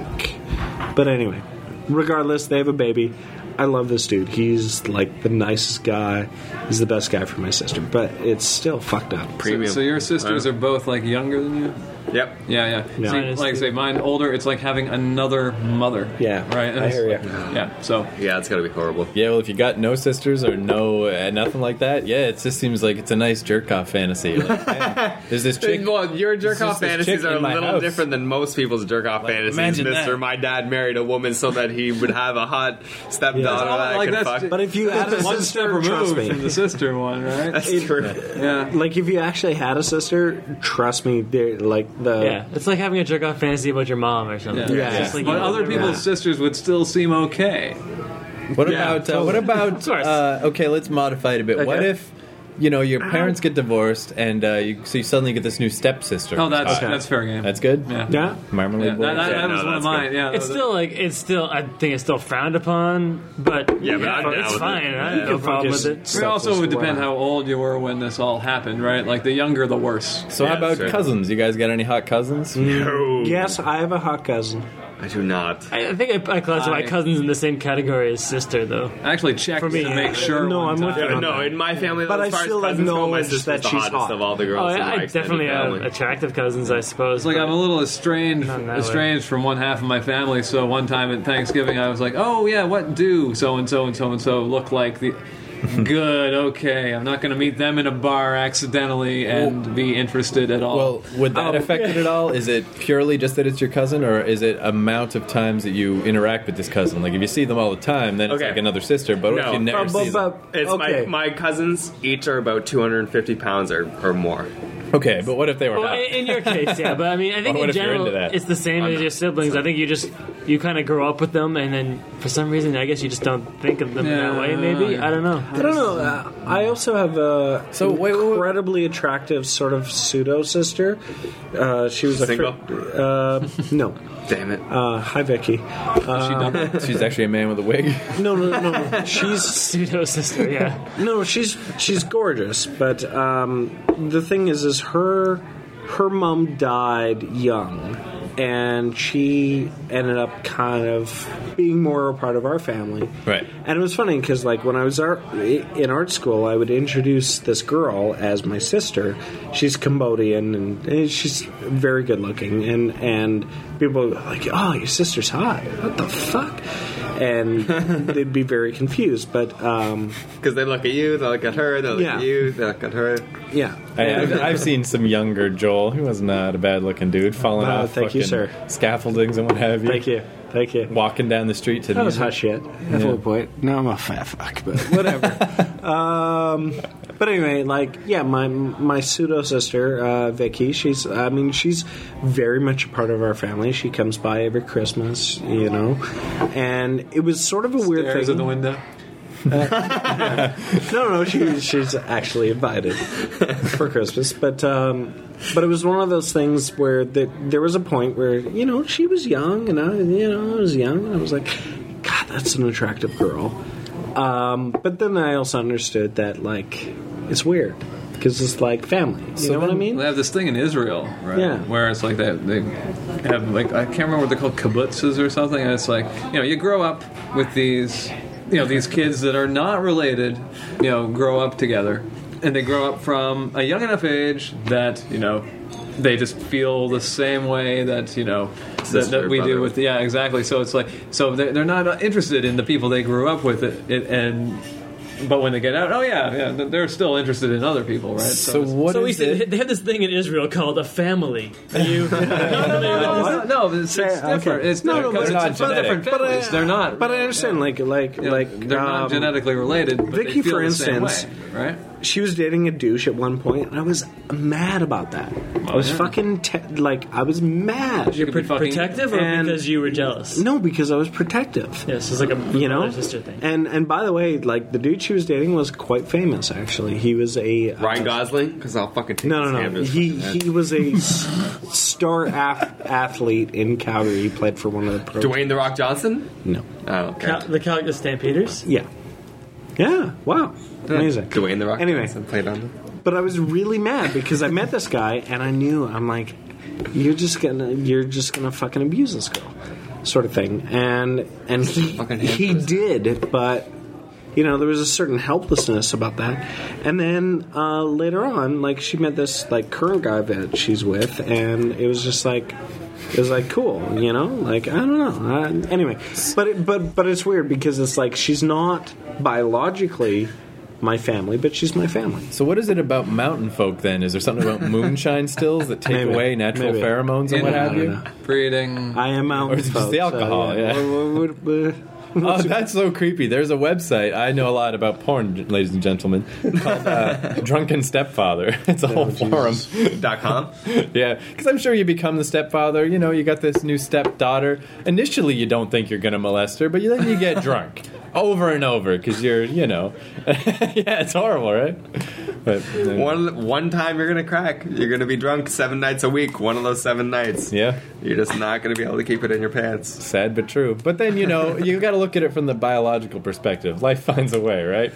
Speaker 1: But anyway, regardless, they have a baby. I love this dude. He's like the nicest guy. He's the best guy for my sister. But it's still fucked up.
Speaker 4: So,
Speaker 3: Premium. Uh,
Speaker 4: so your sisters are both like younger than you.
Speaker 3: Yep.
Speaker 4: Yeah, yeah.
Speaker 1: No.
Speaker 4: See,
Speaker 1: Mine
Speaker 5: is
Speaker 4: like I say, mine older. It's like having another mother.
Speaker 1: Yeah,
Speaker 4: right.
Speaker 1: I hear
Speaker 4: It's-
Speaker 1: you.
Speaker 4: Yeah. So
Speaker 3: Yeah, it's gotta be horrible.
Speaker 2: Yeah, well, if you got no sisters or no uh, nothing like that, yeah, it just seems like it's a nice jerk off fantasy. Like, man, there's this chick.
Speaker 3: Well, your jerk
Speaker 2: It's
Speaker 3: off
Speaker 2: just this
Speaker 3: fantasies
Speaker 2: chick
Speaker 3: are a
Speaker 2: in my
Speaker 3: little
Speaker 2: house.
Speaker 3: different than most people's jerk off fantasies.
Speaker 2: imagine
Speaker 3: Mister,
Speaker 2: that.
Speaker 3: my dad married a woman so that he would have a hot stepdaughter
Speaker 1: Oh,
Speaker 3: that I
Speaker 4: Like,
Speaker 3: could
Speaker 4: that's-
Speaker 3: fuck.
Speaker 1: But if you had a
Speaker 4: one step
Speaker 1: sister, trust
Speaker 4: removed
Speaker 1: me.
Speaker 4: from the sister one, right?
Speaker 3: that's true.
Speaker 4: yeah.
Speaker 1: like if you actually had a sister, trust me, they're like the
Speaker 5: Yeah, it's like having a jerk off fantasy about your mom or something.
Speaker 4: Yeah.
Speaker 5: It's just like
Speaker 4: But
Speaker 5: you-
Speaker 4: other people's sisters would still seem okay.
Speaker 2: What about uh, what about?
Speaker 5: course.
Speaker 2: Uh, okay, let's modify it a bit. What
Speaker 1: Okay. Uh-huh.
Speaker 2: if you know your parents get divorced and uh, you, so you suddenly get this new stepsister?
Speaker 4: Oh, that's
Speaker 2: Uh,
Speaker 4: that's fair game.
Speaker 2: that's good.
Speaker 4: yeah.
Speaker 1: yeah.
Speaker 2: Marmalade
Speaker 4: Yeah, that, that,
Speaker 2: Boys.
Speaker 4: that
Speaker 3: no,
Speaker 4: was one of
Speaker 3: that's
Speaker 4: mine.
Speaker 3: good.
Speaker 4: Yeah,
Speaker 5: It's
Speaker 4: that-
Speaker 5: still like it's still. I think it's still frowned upon, but
Speaker 3: Yeah, but I'm down
Speaker 5: it's
Speaker 3: with
Speaker 5: fine.
Speaker 3: it.
Speaker 5: I have
Speaker 3: Yeah.
Speaker 5: no problem with it.
Speaker 1: Focus.
Speaker 4: It also would depend
Speaker 1: Wow.
Speaker 4: how old you were when this all happened, right? Like the younger, the worse.
Speaker 2: So
Speaker 3: Yeah,
Speaker 2: how about
Speaker 3: sure.
Speaker 2: cousins? You guys got any hot cousins?
Speaker 1: Mm,
Speaker 3: No.
Speaker 1: Yes, I have a hot cousin.
Speaker 3: I do not.
Speaker 5: I I think I, I classify
Speaker 4: I-
Speaker 5: cousins in the same category as sister, though.
Speaker 4: I actually checked
Speaker 5: For me,
Speaker 4: to make sure.
Speaker 1: uh, no,
Speaker 4: one
Speaker 1: I'm with
Speaker 4: time.
Speaker 1: you.
Speaker 3: no, in my family,
Speaker 1: But
Speaker 3: as
Speaker 1: I
Speaker 3: far as
Speaker 1: still
Speaker 3: cousins go, my
Speaker 1: acknowledge
Speaker 3: sister's
Speaker 1: that
Speaker 3: the
Speaker 1: she's
Speaker 3: hottest
Speaker 1: hot.
Speaker 3: of all the
Speaker 5: Oh,
Speaker 3: girls. in my
Speaker 5: I, I
Speaker 3: extended
Speaker 5: definitely
Speaker 2: uh,
Speaker 5: have
Speaker 3: family.
Speaker 5: attractive cousins, I suppose.
Speaker 4: It's like
Speaker 5: but-
Speaker 4: I'm a little estranged,
Speaker 5: Not in that way.
Speaker 4: estranged from one half of my family. So one time at Thanksgiving, I was like, "Oh yeah, what do so and so and so and so look like?" The good, okay, I'm not going to meet them in a bar accidentally and be interested at all.
Speaker 2: Well,
Speaker 5: Oh.
Speaker 2: would
Speaker 5: Um,
Speaker 2: that affect it at all? Is it purely just that it's your cousin, or is it amount of times that you interact with this cousin? Like if you see them all the time, then it's
Speaker 3: Okay.
Speaker 2: like another sister. But what
Speaker 3: No.
Speaker 2: if you never
Speaker 1: But-
Speaker 2: see
Speaker 1: but-
Speaker 2: them?
Speaker 1: but-
Speaker 3: It's
Speaker 1: okay.
Speaker 3: my, my cousins each are about 250 pounds or, or more.
Speaker 2: Okay, but what if they were
Speaker 5: Well,
Speaker 2: not?
Speaker 5: in in your case, yeah, but I mean, I
Speaker 2: Well,
Speaker 5: think
Speaker 2: what
Speaker 5: in
Speaker 2: if you're
Speaker 5: general,
Speaker 2: into that?
Speaker 5: it's the same as your siblings. I think you just you kind of grow up with them, and then for some reason, I guess you just don't think of them in that
Speaker 4: Yeah.
Speaker 5: way. Maybe I don't know.
Speaker 1: I don't know. Uh, I also have a
Speaker 2: So, wait, wait, wait.
Speaker 1: incredibly attractive sort of pseudo sister. Uh, she was
Speaker 3: Single?
Speaker 1: a fr- uh, no.
Speaker 3: Damn it.
Speaker 1: Uh, hi, Vicky. Uh,
Speaker 4: Is she dumb?
Speaker 2: Um, She's actually a man with a wig.
Speaker 1: No, no, no, no. She's
Speaker 5: Pseudo sister, yeah.
Speaker 1: no, she's she's gorgeous, but um, the thing is, is her her mom died young, and she ended up kind of being more a part of our family.
Speaker 2: Right.
Speaker 1: And it was funny because, like, when I was art, in art school, I would introduce this girl as my sister. She's Cambodian and, and she's very good looking. And and people were like, "Oh, your sister's hot. What the fuck?" And they'd be very confused. But um,
Speaker 3: Because they look at you, they look at her, they look
Speaker 1: Yeah.
Speaker 3: at you, they look at her.
Speaker 1: yeah,
Speaker 2: I, I've, I've seen some younger Joel, who was not a bad looking dude, falling
Speaker 1: Uh,
Speaker 2: off
Speaker 1: thank you, sir.
Speaker 2: fucking scaffoldings and what have you.
Speaker 1: thank you, thank you.
Speaker 2: Walking down the street to
Speaker 1: That
Speaker 2: the
Speaker 1: was hot shit at one point. Now I'm a fat fuck, but whatever. um, but anyway, like yeah, my my pseudo sister uh, Vicky, she's I mean she's very much a part of our family. She comes by every Christmas, you know, and it was sort of a weird
Speaker 4: Stares
Speaker 1: thing.
Speaker 4: at the window.
Speaker 1: No, no, she, she's actually invited for Christmas. But um, but it was one of those things where the, there was a point where you know she was young, and I you know I was young, and I was like, God, that's an attractive girl. Um, but then I also understood that like it's weird because it's like family. You know what I mean?
Speaker 4: They have this thing in Israel, right?
Speaker 1: Yeah.
Speaker 4: Where it's like that they have like I can't remember what they're called kibbutzes or something. And it's like you know you grow up with these you know these kids that are not related, you know, grow up together, and they grow up from a young enough age that you know they just feel the same way that you know that,
Speaker 3: Sister,
Speaker 4: that we do
Speaker 3: brother.
Speaker 4: with yeah exactly. So it's like so they're, they're not interested in the people they grew up with it, it and. But when they get out, oh yeah, yeah, they're still interested in other people, right?
Speaker 2: So what
Speaker 5: so we
Speaker 2: is
Speaker 5: said
Speaker 2: it?
Speaker 5: they have this thing in Israel called a family. Are you?
Speaker 4: No, no, no, but it's, it's
Speaker 1: Yeah, okay.
Speaker 4: different. It's
Speaker 1: No, no,
Speaker 4: no, no,
Speaker 1: but
Speaker 4: it's,
Speaker 2: it's
Speaker 4: it's from
Speaker 2: not
Speaker 4: different families. they're not.
Speaker 1: But I understand, like, like,
Speaker 4: Yeah,
Speaker 1: like,
Speaker 4: they're not
Speaker 1: um,
Speaker 4: genetically related. But
Speaker 1: Vicky,
Speaker 4: they feel
Speaker 1: for
Speaker 4: the same
Speaker 1: instance-
Speaker 4: way, right?
Speaker 1: she was dating a douche at one point, and I was mad about that. I was
Speaker 4: yeah.
Speaker 1: fucking te- like, I was mad.
Speaker 5: You're
Speaker 4: could be
Speaker 5: pr-
Speaker 4: fucking-
Speaker 5: protective, or
Speaker 1: and-
Speaker 5: because you were jealous?
Speaker 1: No, because I was protective.
Speaker 5: Yeah, so it's like a
Speaker 1: you know,
Speaker 5: sister thing.
Speaker 1: And and by the way, like the dude she was dating was quite famous. Actually, he was a
Speaker 3: Ryan Gosling? Because I'll fucking take
Speaker 1: no
Speaker 3: his
Speaker 1: no
Speaker 3: hand
Speaker 1: no
Speaker 3: in his
Speaker 1: he
Speaker 3: fucking hand.
Speaker 1: he was a s- star af- athlete in Calgary. He played for one of the pro.
Speaker 3: Dwayne The Rock Johnson?
Speaker 1: No,
Speaker 3: Oh, okay.
Speaker 5: Cal- the Cal- the Stampeders.
Speaker 1: yeah, yeah. Wow, amazing.
Speaker 3: Dwayne The Rock
Speaker 1: Anyway,
Speaker 3: Johnson played on them.
Speaker 1: but I was really mad because I met this guy and I knew I'm like, you're just gonna you're just gonna fucking abuse this girl. sort of thing. And and he
Speaker 3: Fucking
Speaker 1: he
Speaker 3: hamsters.
Speaker 1: did, but you know there was a certain helplessness about that. And then uh, later on, like she met this like current guy that she's with, and it was just like. It was like cool, you know. Like I don't know. Uh, anyway, but it, but but it's weird because it's like she's not biologically my family, but she's my family.
Speaker 2: So what is it about mountain folk then? Is there something about moonshine stills that take
Speaker 1: Maybe.
Speaker 2: away natural
Speaker 1: Maybe.
Speaker 2: pheromones and
Speaker 4: Yeah,
Speaker 2: what
Speaker 4: I
Speaker 2: have
Speaker 1: don't
Speaker 2: you?
Speaker 1: know.
Speaker 4: breeding.
Speaker 1: I am out.
Speaker 2: Or is it just the alcohol, yeah.
Speaker 4: uh,
Speaker 2: Oh, that's so creepy. There's a website. I know a lot about porn, ladies and gentlemen. Called, uh, Drunken Stepfather. It's a
Speaker 3: Oh,
Speaker 2: whole forum.
Speaker 3: Dot com.
Speaker 2: Yeah, because I'm sure you become the stepfather. You know, you got this new stepdaughter. Initially, you don't think you're going to molest her, but then you get drunk over and over because you're, you know, yeah, it's horrible, right? But uh,
Speaker 3: One one time you're gonna crack. You're gonna be drunk seven nights a week. One of those seven nights.
Speaker 2: yeah,
Speaker 3: You're just not gonna be able to keep it in your pants.
Speaker 2: sad but true. But then you know, you got to look at it from the biological perspective. Life finds a way, right?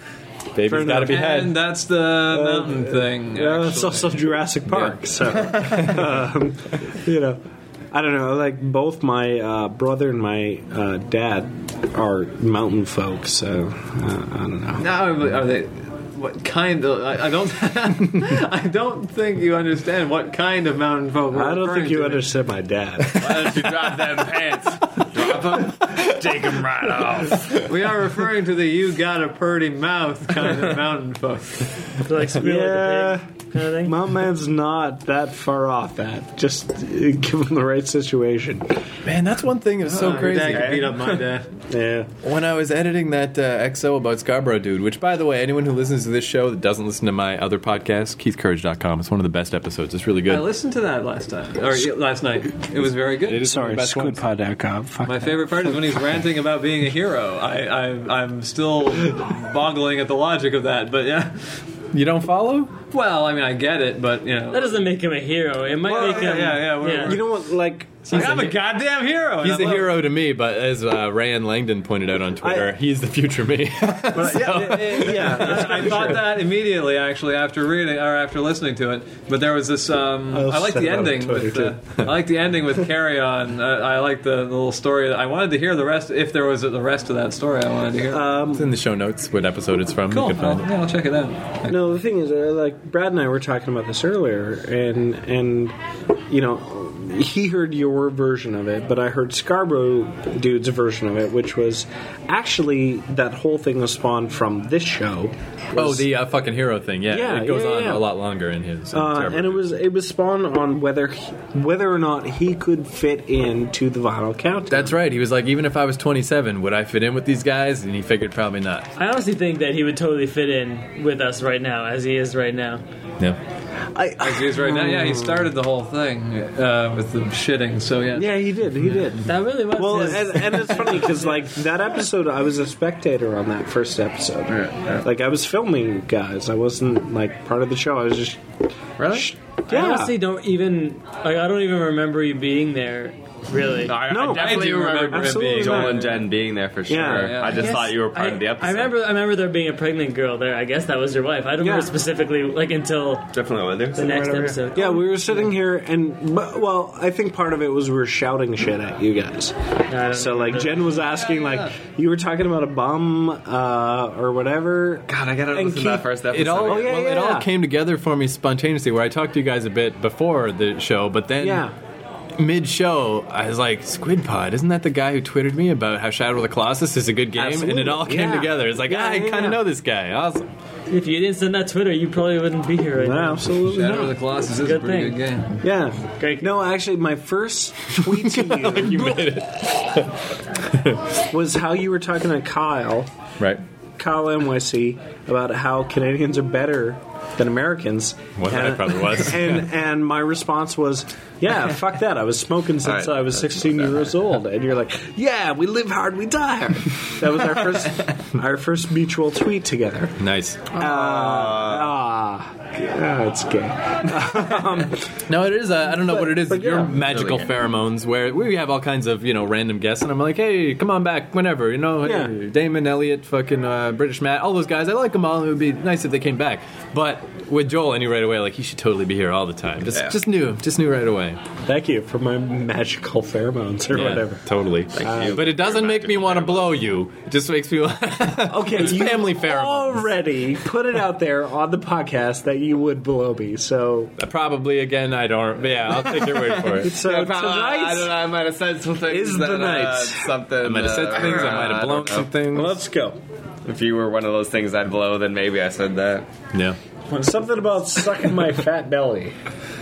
Speaker 2: Baby's got to be
Speaker 4: and
Speaker 2: had.
Speaker 4: that's the mountain thing.
Speaker 1: Uh, Yeah, it's
Speaker 4: actually.
Speaker 1: also Jurassic Park, so um, you know, I don't know. Like both my uh, brother and my uh, dad are mountain folk, so uh, I don't know.
Speaker 4: Now are they? What kind of? I, I don't. I don't think you understand what kind of mountain folk. we're
Speaker 1: I don't
Speaker 4: referring
Speaker 1: think you
Speaker 4: to.
Speaker 1: understood my dad.
Speaker 3: Why don't you drop them pants? Drop them. Take them right off.
Speaker 4: We are referring to the "you got a purty mouth" kind of mountain folk.
Speaker 5: They're like squeal
Speaker 1: yeah,
Speaker 5: like a pig kind of thing.
Speaker 1: my man's not that far off. That just uh, give him the right situation.
Speaker 2: Man, that's one thing that's so
Speaker 1: Ah,
Speaker 4: Uh, Your
Speaker 2: crazy.
Speaker 4: Dad
Speaker 3: eh?
Speaker 4: could beat up my dad.
Speaker 1: Yeah.
Speaker 2: When I was editing that uh, XO about Scarborough Dude, which, by the way, anyone who listens to this show that doesn't listen to my other podcast, KeithCourage.com, it's one of the best episodes. It's really
Speaker 4: I
Speaker 2: good.
Speaker 4: listened to that last time or yeah, last night. It was very good.
Speaker 1: Sorry,
Speaker 4: Best ones.
Speaker 1: squidpod.com. Fuck
Speaker 4: My
Speaker 1: that.
Speaker 4: favorite part is when he's ranting about being a hero. I, I I'm still boggling at the logic of that, but yeah.
Speaker 2: You don't follow?
Speaker 4: Well, I mean, I get it, but you know.
Speaker 5: That doesn't make him a hero. It might
Speaker 4: Well,
Speaker 5: make
Speaker 4: yeah,
Speaker 5: him.
Speaker 4: yeah, yeah, we're-
Speaker 1: You know what? Like,
Speaker 4: Like, I'm a goddamn hero. and
Speaker 2: He's
Speaker 4: I
Speaker 2: a
Speaker 4: love-
Speaker 2: hero to me, but as uh, Ryan Langdon pointed out on Twitter,
Speaker 1: I-
Speaker 2: he's the future me.
Speaker 4: Yeah, yeah, yeah. I, I thought that immediately, actually, after reading or after listening to it. But there was this. Um,
Speaker 1: I also
Speaker 4: I like
Speaker 1: said
Speaker 4: the
Speaker 1: that on
Speaker 4: ending.
Speaker 1: Twitter,
Speaker 4: With, uh, I like the ending with Carry On. Uh, I like the, the little story. I wanted to hear the rest. If there was the rest of that story, I wanted to hear.
Speaker 1: Um,
Speaker 2: it's in the show notes what episode it's from.
Speaker 4: cool.
Speaker 2: You can find
Speaker 4: I'll-
Speaker 2: it.
Speaker 4: yeah, I'll check it out.
Speaker 1: No, the thing is, uh, like Brad and I were talking about this earlier, and and you know, he heard your version of it, but I heard Scarborough dude's version of it, which was actually that whole thing was spawned from this show.
Speaker 2: Oh, the uh, fucking hero thing. Yeah,
Speaker 1: Yeah,
Speaker 2: it goes
Speaker 1: yeah,
Speaker 2: on
Speaker 1: yeah.
Speaker 2: a lot longer in his. in
Speaker 1: Uh,
Speaker 2: Scarborough
Speaker 1: and it
Speaker 2: Dude.
Speaker 1: was it was spawned on whether he, whether or not he could fit into the vinyl count.
Speaker 2: That's right. He was like, even if I was 27, would I fit in with these guys? And he figured probably not.
Speaker 5: I honestly think that he would totally fit in with us right now, as he is right now.
Speaker 2: Yeah.
Speaker 4: As he is right now. Yeah, he started the whole thing uh, with the shitting. So yeah.
Speaker 1: yeah, he did. He did.
Speaker 5: That really was.
Speaker 1: Well,
Speaker 5: his-
Speaker 1: and, and it's funny because like that episode, I was a spectator on that first episode. Like I was filming guys. I wasn't like part of the show. I was just
Speaker 4: Really?
Speaker 1: Sh-
Speaker 5: I
Speaker 1: yeah.
Speaker 5: honestly don't even. Like, I don't even remember you being there. Really.
Speaker 3: I,
Speaker 1: No,
Speaker 3: definitely
Speaker 4: I do
Speaker 1: him
Speaker 4: remember
Speaker 3: being-
Speaker 1: being
Speaker 3: Joel
Speaker 1: there.
Speaker 3: and Jen being there for sure.
Speaker 1: Yeah.
Speaker 3: I just
Speaker 5: Yes,
Speaker 3: thought you were part
Speaker 5: I-
Speaker 3: of the episode.
Speaker 5: I remember. I remember there being a pregnant girl there. I guess that was your wife. I don't
Speaker 1: Yeah.
Speaker 5: remember specifically, like until
Speaker 3: Definitely went there.
Speaker 5: the next episode.
Speaker 1: Yeah, we were sitting here, and but, well, I think part of it was we were shouting shit at you guys.
Speaker 5: don't
Speaker 1: So like
Speaker 5: remember.
Speaker 1: Jen was asking, like you were talking about a bum uh, or whatever.
Speaker 3: God, I gotta
Speaker 1: And
Speaker 3: listen to
Speaker 1: Keith-
Speaker 3: that first episode.
Speaker 2: It all
Speaker 1: Oh, yeah,
Speaker 2: well,
Speaker 1: yeah,
Speaker 2: it all
Speaker 1: yeah.
Speaker 2: came together for me spontaneously. Where I talked to you guys a bit before the show, but then
Speaker 1: Yeah.
Speaker 2: mid show, I was like, "Squid Pod, isn't that the guy who twittered me about how Shadow of the Colossus is a good game?"
Speaker 1: Absolutely,
Speaker 2: And it all came
Speaker 1: yeah.
Speaker 2: together. It's like
Speaker 1: Yeah,
Speaker 2: "Ah, I
Speaker 1: yeah,
Speaker 2: kind
Speaker 1: yeah.
Speaker 2: of know this guy. Awesome.
Speaker 5: If you didn't send that Twitter, you probably wouldn't be here right
Speaker 1: No,
Speaker 5: now.
Speaker 1: absolutely
Speaker 4: Shadow of the
Speaker 1: not.
Speaker 4: Colossus is
Speaker 5: Good
Speaker 4: a pretty
Speaker 5: thing.
Speaker 4: good game.
Speaker 1: Yeah.
Speaker 5: Great.
Speaker 1: No, actually, my first tweet to you
Speaker 2: You made it
Speaker 1: was how you were talking to Kyle.
Speaker 2: right.
Speaker 1: Kyle NYC about how Canadians are better than Americans.
Speaker 2: Well, that probably was.
Speaker 1: And and my response was, yeah, fuck that. I was smoking since
Speaker 3: right,
Speaker 1: I was 16 years old. And you're like, yeah, we live hard, we die hard. That was our first our first mutual tweet together.
Speaker 2: Uh, Nice.
Speaker 1: Ah, oh, it's gay.
Speaker 2: No, it is. Uh, I don't know what it is.
Speaker 1: but
Speaker 2: your
Speaker 1: yeah.
Speaker 2: magical
Speaker 3: Really, yeah.
Speaker 2: pheromones, where we have all kinds of you know random guests, and I'm like, hey, come on back whenever, you know,
Speaker 1: Yeah.
Speaker 2: hey, Damon, Elliot, fucking uh, British Matt, all those guys. I like them all. It would be nice if they came back. But with Joel, and you right away, like he should totally be here all the time. Just,
Speaker 3: Yeah.
Speaker 2: just knew, just knew right away.
Speaker 1: Thank you for my magical pheromones or
Speaker 2: Yeah,
Speaker 1: whatever.
Speaker 2: totally.
Speaker 3: you.
Speaker 2: But it doesn't make me want to blow you. It just makes me.
Speaker 1: Okay,
Speaker 2: It's
Speaker 1: you
Speaker 2: family pheromones.
Speaker 1: already put it out there on the podcast that you would blow me. So,
Speaker 2: Probably again. I don't. Yeah, I'll take your word for it.
Speaker 1: so
Speaker 3: Yeah, probably, I, I don't know.
Speaker 1: tonight,
Speaker 3: I might have said something.
Speaker 1: is
Speaker 3: that,
Speaker 1: the night.
Speaker 3: Uh, something.
Speaker 2: I might have said
Speaker 3: uh,
Speaker 2: things. I might
Speaker 3: I
Speaker 2: have
Speaker 3: don't
Speaker 2: blown
Speaker 3: know.
Speaker 2: some things.
Speaker 1: let's go.
Speaker 3: If you were one of those things I'd blow, then maybe I said that.
Speaker 2: Yeah.
Speaker 1: Something about sucking my fat belly.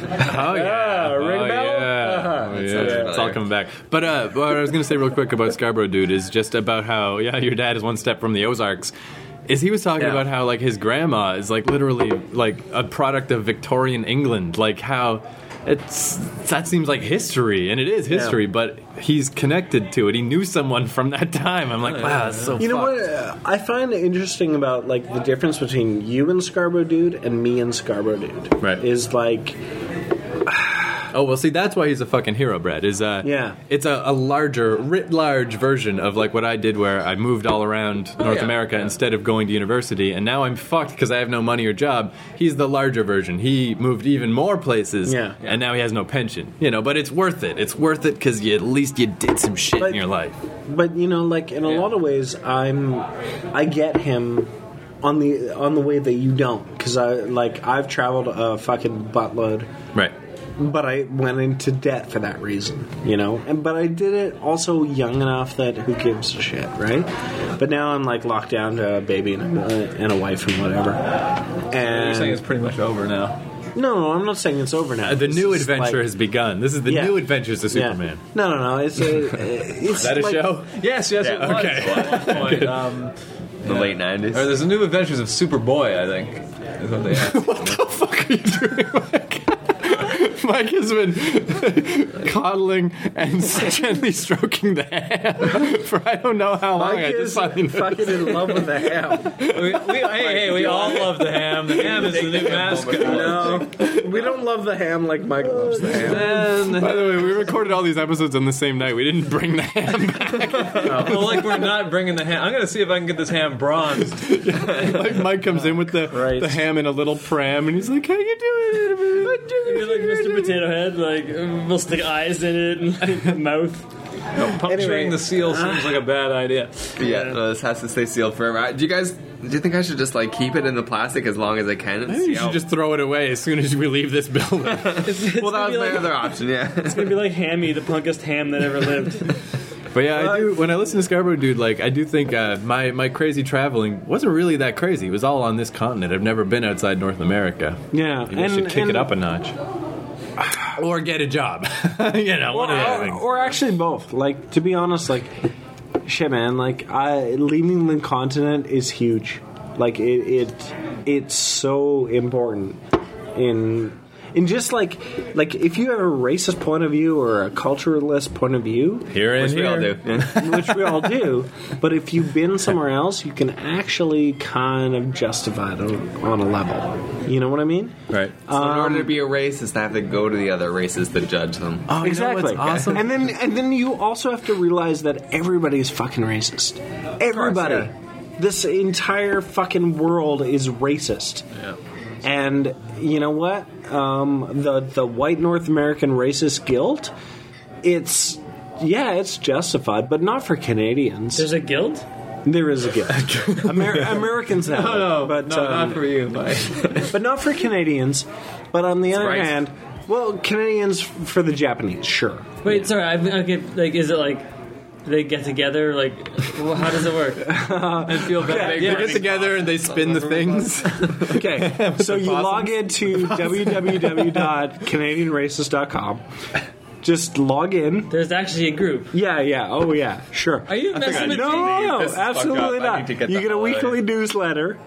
Speaker 2: Oh yeah,
Speaker 1: Ah, ring
Speaker 2: oh,
Speaker 1: bell?
Speaker 2: Yeah.
Speaker 1: Uh-huh.
Speaker 2: Oh,
Speaker 1: That
Speaker 2: yeah.
Speaker 1: sounds
Speaker 2: It's all
Speaker 3: familiar.
Speaker 2: coming back. But uh, what I was gonna say real quick about Scarborough dude is just about how yeah, your dad is one step from the Ozarks. Is he was talking
Speaker 3: Yeah.
Speaker 2: about how like his grandma is like literally like a product of Victorian England, like how. It's that seems like history, and it is history, but he's connected to it. He knew someone from that time. I'm like, wow, that's so.
Speaker 1: You know
Speaker 2: fucked.
Speaker 1: what uh, I find interesting about like the difference between you and Scarborough Dude and me and Scarborough Dude
Speaker 2: Right.
Speaker 1: is like
Speaker 2: Oh well, see that's why he's a fucking hero, Brad. Is uh,
Speaker 1: Yeah.
Speaker 2: it's a, a larger, writ large version of like what I did, where I moved all around
Speaker 1: Oh,
Speaker 2: North
Speaker 3: yeah.
Speaker 2: America instead of going to university, and now I'm fucked because I have no money or job. He's the larger version. He moved even more places,
Speaker 1: Yeah.
Speaker 2: and now he has no pension. You know, but it's worth it. It's worth it because you at least you did some shit in
Speaker 1: But-
Speaker 2: your life.
Speaker 1: but you know like in a lot of ways i'm i get him on the on the way that you don't because i like i've traveled a fucking buttload
Speaker 2: Right.
Speaker 1: but i went into debt for that reason you know and but i did it also young enough that who gives a shit right but now i'm like locked down to a baby and a, and a wife and whatever and
Speaker 4: You're saying it's pretty much over now.
Speaker 1: no no i'm not saying it's over now
Speaker 2: Uh, the
Speaker 1: It's
Speaker 2: new
Speaker 1: just, like-
Speaker 2: adventure has begun. This is the
Speaker 1: Yeah.
Speaker 2: new adventures of
Speaker 1: yeah.
Speaker 2: Superman.
Speaker 1: no no no it's a it's
Speaker 2: Is that a
Speaker 1: like-
Speaker 2: show?
Speaker 4: Yes, yes,
Speaker 2: Yeah,
Speaker 4: it was.
Speaker 2: okay.
Speaker 4: At one point, um,
Speaker 3: The late nineties.
Speaker 4: or there's a new Adventures of Superboy, I think. Is what they had.
Speaker 2: fuck are you doing, Mike? Mike has been coddling and gently stroking the ham for I don't know how long.
Speaker 1: Mike
Speaker 2: I just
Speaker 1: is
Speaker 2: finally
Speaker 1: fucking in love with the ham.
Speaker 4: we, we, hey, hey, we all love the ham. The ham is the new mascot.
Speaker 1: No, we don't love the ham like Mike loves the ham.
Speaker 4: And
Speaker 2: By the way, we recorded all these episodes on the same night. We didn't bring the ham back.
Speaker 4: well, like we're not bringing the ham. I'm gonna see if I can get this ham bronzed.
Speaker 2: Like Mike comes in with the,
Speaker 1: Christ.
Speaker 2: the ham in a little pram, and he's like, "How you doing?"
Speaker 5: You're like Mr. Potato Head, like uh, we'll stick eyes in it and like, mouth.
Speaker 4: Puncturing
Speaker 1: Anyway.
Speaker 4: the seal seems like a bad idea.
Speaker 3: yeah, no, this has to stay sealed forever. I- Do you guys? Do you think I should just like keep it in the plastic as long as I can? And
Speaker 2: Maybe
Speaker 3: see
Speaker 2: you
Speaker 3: how-
Speaker 2: should just throw it away as soon as we leave this building.
Speaker 3: well, that was
Speaker 5: be
Speaker 3: my
Speaker 5: like-
Speaker 3: other option. Yeah.
Speaker 5: It's gonna be like Hammy, the punkest ham that ever lived.
Speaker 2: But yeah, I do. When I listen to Scarborough Dude, like I do think uh, my my crazy traveling wasn't really that crazy. It was all on this continent. I've never been outside North America.
Speaker 1: Yeah,
Speaker 2: Maybe I should kick it up a notch, or get a job. you know, one
Speaker 1: Or,
Speaker 2: of the
Speaker 1: or,
Speaker 2: other things.
Speaker 1: or actually both. Like to be honest, like shit, man. Like I, leaving the continent is huge. Like it, it it's so important in. in just like, like if you have a racist point of view or a culturalist point of view,
Speaker 2: here and
Speaker 3: Which we all
Speaker 2: here.
Speaker 3: do. Yeah.
Speaker 1: which we all do. But if you've been somewhere else, you can actually kind of justify it on, on a level. You know what I mean?
Speaker 2: Right.
Speaker 3: So in order to be a racist, I have to go to the other races to judge them.
Speaker 2: Oh, you know what's
Speaker 1: exactly.
Speaker 2: awesome.
Speaker 1: And then and then you also have to realize that everybody's fucking racist. Everybody.
Speaker 3: yeah.
Speaker 1: This entire fucking world is racist. And you know what? Um, the the white North American racist guilt, it's yeah, it's justified, but not for Canadians.
Speaker 5: There's a guild.
Speaker 1: There is a gift. Amer- Americans have, it, but
Speaker 4: no,
Speaker 1: um,
Speaker 4: not for you, Mike.
Speaker 1: but not for Canadians. But on the other
Speaker 3: right.
Speaker 1: hand, well, Canadians f- for the Japanese, sure.
Speaker 5: Wait, sorry, I, I get like, is it like they get together? Like, well, how does it work?
Speaker 4: I feel bad.
Speaker 2: They get together and they spin the things.
Speaker 1: Okay, so you
Speaker 2: possums.
Speaker 1: log into www.canadianracist.com. Just log in.
Speaker 5: There's actually a group.
Speaker 1: Yeah, yeah. Oh, yeah. Sure.
Speaker 5: Are you
Speaker 3: I
Speaker 5: messing
Speaker 3: need
Speaker 5: with
Speaker 3: to
Speaker 1: no,
Speaker 5: me?
Speaker 1: no,
Speaker 3: leave.
Speaker 1: no,
Speaker 3: This is fucked
Speaker 1: absolutely
Speaker 3: up. I
Speaker 1: not.
Speaker 3: need to get
Speaker 1: you
Speaker 3: the
Speaker 1: get a
Speaker 3: hell out of
Speaker 1: weekly
Speaker 3: here.
Speaker 1: newsletter.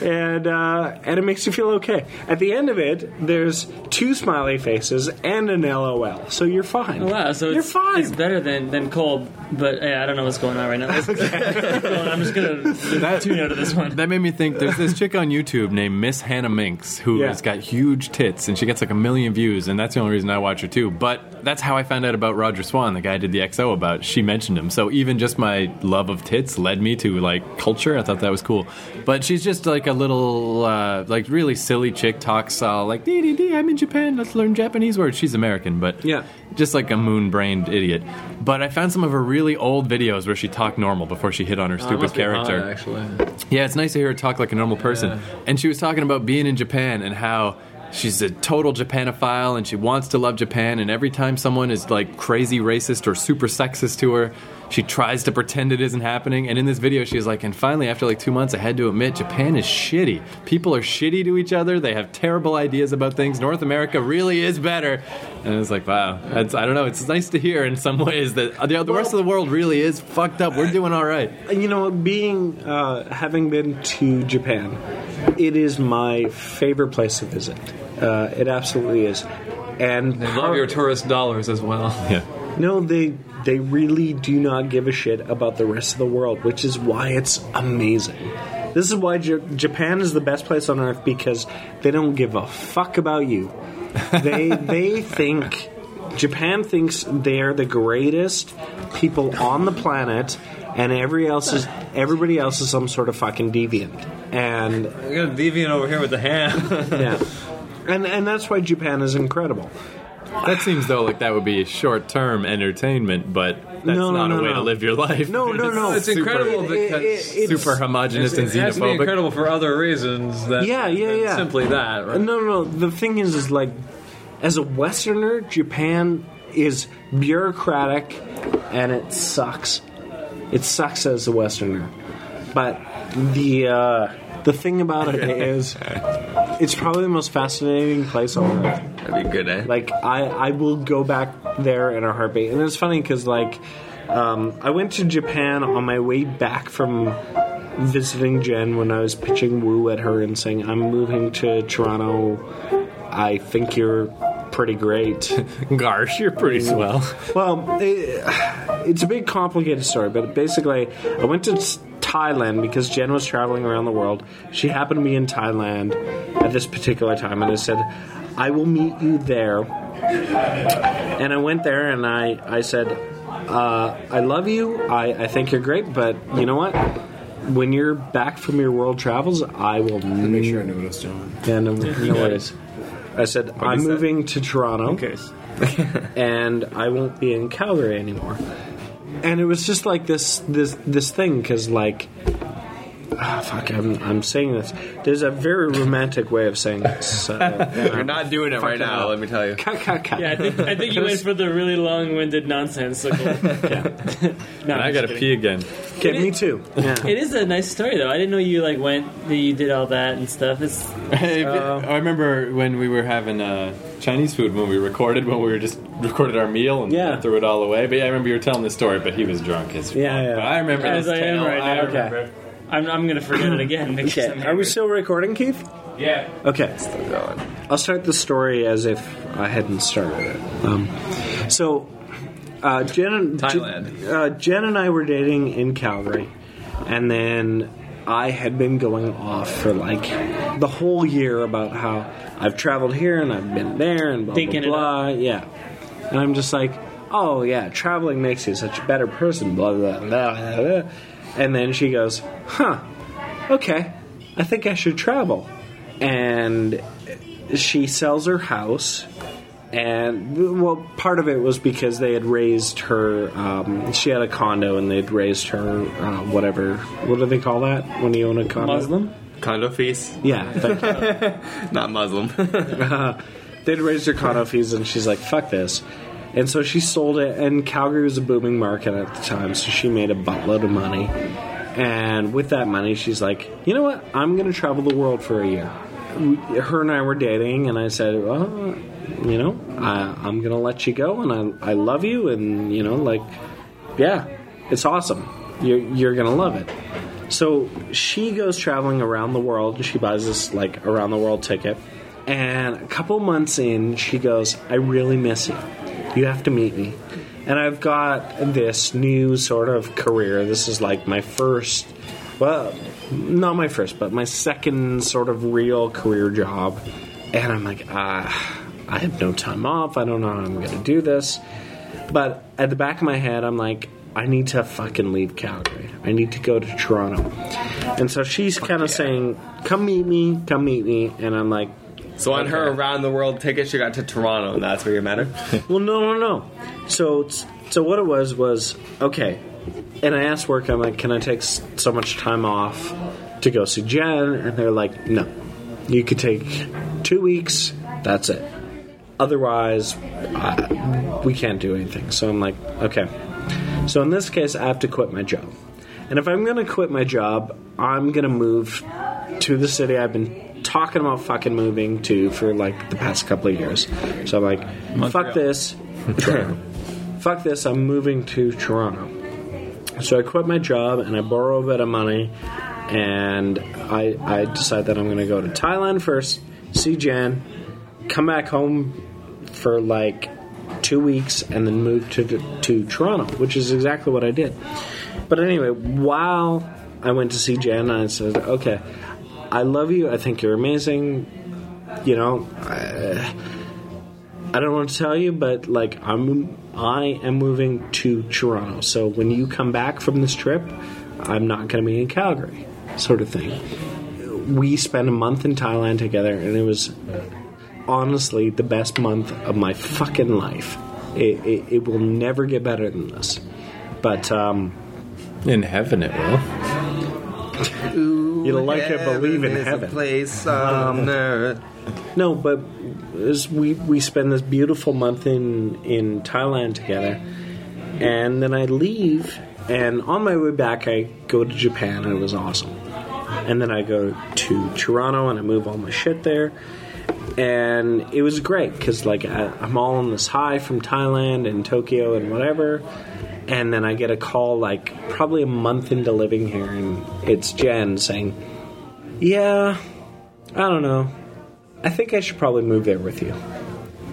Speaker 1: and uh, and it makes you feel okay. At the end of it, there's two smiley faces and an LOL, so you're fine.
Speaker 5: Oh, wow, so
Speaker 1: you're
Speaker 5: it's,
Speaker 1: fine.
Speaker 5: it's better than, than cold, but yeah, I don't know what's going on right now. Let's- I'm just gonna tune out of this one.
Speaker 2: That made me think. There's this chick on YouTube named Miss Hannah Minks who
Speaker 1: Yeah.
Speaker 2: has got huge tits, and she gets like a million views, and that's the only reason I watch her too. But that's how I found out about Roger Swan, the guy I did the XO about. She mentioned him, so even just my love of tits led me to like culture. I thought that was cool. But she's just like a little, uh, like really silly chick talks all like dee dee dee. I'm in Japan. Let's learn Japanese words. She's American, but
Speaker 1: Yeah.
Speaker 2: just like a moon-brained idiot. But I found some of her really old videos where she talked normal before she hit on her stupid
Speaker 4: must be hot,
Speaker 2: character.
Speaker 4: actually.
Speaker 2: Yeah, it's nice to hear her talk like a normal person. And she was talking about being in Japan and how she's a total Japanophile and she wants to love Japan. And every time someone is like crazy racist or super sexist to her, she tries to pretend it isn't happening. And in this video, she's like, and finally, after like two months, I had to admit Japan is shitty. People are shitty to each other. They have terrible ideas about things. North America really is better. And it's like, wow, that's, I don't know. It's nice to hear in some ways that the, the rest of the world really is fucked up. We're doing all right.
Speaker 1: you know, being uh, having been to Japan, it is my favorite place to visit. Uh, it absolutely is. And
Speaker 4: They love your tourist dollars as well.
Speaker 2: Yeah.
Speaker 1: no, they they really do not give a shit about the rest of the world, which is why it's amazing. This is why J- Japan is the best place on earth because they don't give a fuck about you. They they think Japan thinks they're the greatest people on the planet, and every else is everybody else is some sort of fucking deviant. And
Speaker 4: I got a deviant over here with the hand.
Speaker 1: yeah, and and that's why Japan is incredible.
Speaker 2: That seems though like that would be short term entertainment, but that's
Speaker 1: No, no,
Speaker 2: not
Speaker 1: no,
Speaker 2: a way
Speaker 1: no.
Speaker 2: to live your life.
Speaker 1: No, no, no.
Speaker 4: It's
Speaker 2: super-
Speaker 4: incredible because
Speaker 1: it's-
Speaker 2: Super homogenous and
Speaker 4: it has to be
Speaker 2: xenophobic.
Speaker 4: incredible for other reasons. That,
Speaker 1: Yeah, yeah,
Speaker 4: than
Speaker 1: yeah.
Speaker 4: Simply that. Right?
Speaker 1: No, no, no. The thing is, is like, as a Westerner, Japan is bureaucratic, and it sucks. It sucks as a Westerner, but the uh, the thing about it is, it's probably the most fascinating place on earth.
Speaker 3: That'd be good, eh?
Speaker 1: Like I, I will go back there in a heartbeat. And it's funny because like um, I went to Japan on my way back from visiting Jen when I was pitching Woo at her and saying I'm moving to Toronto. I think you're pretty great.
Speaker 2: Garsh, you're pretty swell.
Speaker 1: Well, it, it's a big complicated story, but basically, I went to s- Thailand because Jen was traveling around the world. She happened to be in Thailand at this particular time, and I said, I will meet you there. And I went there and I, I said, uh, I love you. I, I think you're great, but you know what? When you're back from your world travels, I will
Speaker 7: Make sure I know what I was doing.
Speaker 1: and no, no worries. I said I'm moving to Toronto, and I won't be in Calgary anymore. And it was just like this, this, this thing because like, ah, fuck, I'm, I'm saying this. There's a very romantic way of saying this. uh,
Speaker 3: You're not doing it right now, let me tell you.
Speaker 1: Cut, cut, cut.
Speaker 5: Yeah, I think, I think you went for the really long-winded nonsense. Like, no,
Speaker 2: I gotta pee again.
Speaker 1: Get me too. Yeah.
Speaker 5: It is a nice story, though. I didn't know you like went, that you did all that and stuff. It's
Speaker 2: I remember when we were having uh, Chinese food when we recorded when we were just recorded our meal and
Speaker 1: Yeah.
Speaker 2: threw it all away. But yeah, I remember you were telling this story, but he was drunk as fuck.
Speaker 1: Yeah, yeah.
Speaker 2: But I remember
Speaker 5: as
Speaker 2: this
Speaker 5: I am
Speaker 2: tale.
Speaker 5: right now.
Speaker 1: okay.
Speaker 5: I'm, I'm gonna forget it again. Because I'm
Speaker 1: Okay. Are we still recording, Keith?
Speaker 3: Yeah.
Speaker 1: Okay. I'll start the story as if I hadn't started it. Um, so, uh, Jen and
Speaker 4: Thailand.
Speaker 1: uh, Jen and I were dating in Calgary, and then I had been going off for like the whole year about how I've traveled here and I've been there and blah
Speaker 5: Thinking it
Speaker 1: blah blah. Yeah, and I'm just like, oh yeah, traveling makes you such a better person. Blah blah blah. blah, blah. And then she goes, huh, okay, I think I should travel, and she sells her house and well, part of it was because they had raised her. Um, she had a condo, and they'd raised her uh, whatever. What do they call that when you own a condo?
Speaker 5: Muslim.
Speaker 3: Condo fees?
Speaker 1: Yeah, thank you.
Speaker 3: Not Muslim.
Speaker 1: they'd raised her condo fees, and she's like, "Fuck this." And so she sold it, and Calgary was a booming market at the time, so she made a buttload of money. And with that money, she's like, you know what? I'm going to travel the world for a year. We- Her and I were dating, and I said, well, you know, I, I'm going to let you go, and I, I love you, and, you know, like, yeah, it's awesome. You're, you're going to love it. So she goes traveling around the world and she buys this like around the world ticket. And a couple months in, she goes, I really miss you. You have to meet me. And I've got this new sort of career. This is like my first, well, not my first, but my second sort of real career job. And I'm like, ah, I have no time off. I don't know how I'm going to do this. But at the back of my head, I'm like, I need to fucking leave Calgary. I need to go to Toronto. And so she's kind of saying, "Come meet me, come meet me." And I'm like,
Speaker 3: So on her around the world ticket, she got to Toronto, and that's where you met her.
Speaker 1: "Well, no, no, no." So, so what it was was okay. And I asked work, I'm like, "Can I take s- so much time off to go see Jen?" And they're like, "No, you could take two weeks. That's it. Otherwise, I, we can't do anything." So I'm like, "Okay." So in this case, I have to quit my job. And if I'm going to quit my job, I'm going to move to the city I've been talking about fucking moving to for like the past couple of years. So I'm like, fuck this. fuck this, I'm moving to Toronto. So I quit my job and I borrow a bit of money and I, I decide that I'm going to go to Thailand first, see Jan, come back home for like two weeks and then move to, to Toronto, which is exactly what I did. But anyway, while I went to see Jan, I said, okay, I love you. I think you're amazing. You know, I, I don't want to tell you, but like I'm, I am moving to Toronto. So when you come back from this trip, I'm not going to be in Calgary, sort of thing. We spent a month in Thailand together, and it was honestly the best month of my fucking life. It, it, it will never get better than this. But um,
Speaker 2: In heaven, it will.
Speaker 1: you like it, believe in heaven.
Speaker 3: place on earth.
Speaker 1: No, but as we we spend this beautiful month in in Thailand together, and then I leave, and on my way back I go to Japan, and it was awesome. And then I go to Toronto, and I move all my shit there, and it was great because like I, I'm all on this high from Thailand and Tokyo and whatever. And then I get a call like probably a month into living here, and it's Jen saying, "Yeah, I don't know. I think I should probably move there with you.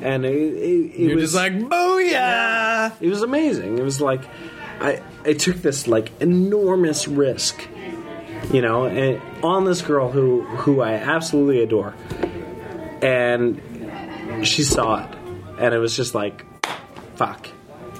Speaker 1: And it, it, it
Speaker 2: You're
Speaker 1: was
Speaker 2: just like, booyah!
Speaker 1: it was amazing. It was like I I took this like enormous risk, you know, and on this girl who who I absolutely adore, and she saw it, and it was just like, fuck,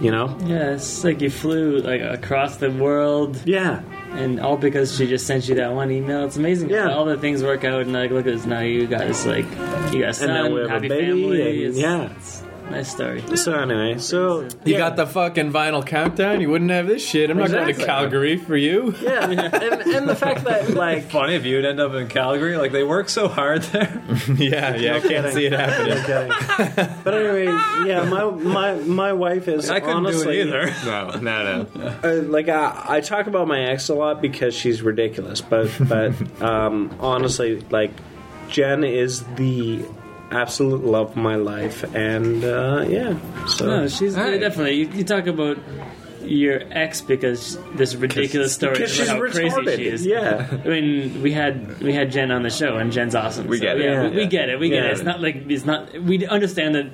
Speaker 1: you know,
Speaker 5: Yeah, it's like you flew like across the world,
Speaker 1: yeah,
Speaker 5: and all because she just sent you that one email. It's amazing.
Speaker 1: Yeah.
Speaker 5: how all the things work out, and like look at this now. You guys like you got a son,
Speaker 1: now we have a
Speaker 5: happy
Speaker 1: baby,
Speaker 5: family.
Speaker 1: and
Speaker 5: it's,
Speaker 1: yeah.
Speaker 5: it's a nice story.
Speaker 1: So anyway, so
Speaker 2: You
Speaker 1: yeah.
Speaker 2: got the fucking vinyl countdown. You wouldn't have this shit. I'm not going to
Speaker 1: Exactly.
Speaker 2: Calgary for you.
Speaker 1: yeah, and, and the fact that like
Speaker 4: Funny if you'd end up in Calgary. Like they work so hard there.
Speaker 2: yeah, yeah. I can't
Speaker 1: kidding.
Speaker 2: see it happening.
Speaker 1: No kidding. But anyway, yeah, my my my wife is
Speaker 4: I couldn't
Speaker 1: honestly
Speaker 4: do it either.
Speaker 3: No, no, no.
Speaker 1: uh, like I, I talk about my ex a lot because she's ridiculous, but but um, honestly, like Jen is the absolute love of my life, and uh, yeah, so
Speaker 5: No, she's
Speaker 4: All right.
Speaker 5: definitely. You, you talk about your ex because this ridiculous story
Speaker 1: because
Speaker 5: about
Speaker 1: she's
Speaker 5: how crazy
Speaker 1: retarded,
Speaker 5: she is.
Speaker 1: yeah.
Speaker 5: I mean, we had we had Jen on the show, and Jen's awesome.
Speaker 3: We get it.
Speaker 5: Yeah, we,
Speaker 3: Yeah.
Speaker 5: we get it. We get
Speaker 1: Yeah.
Speaker 5: it. It's not like it's not. We understand that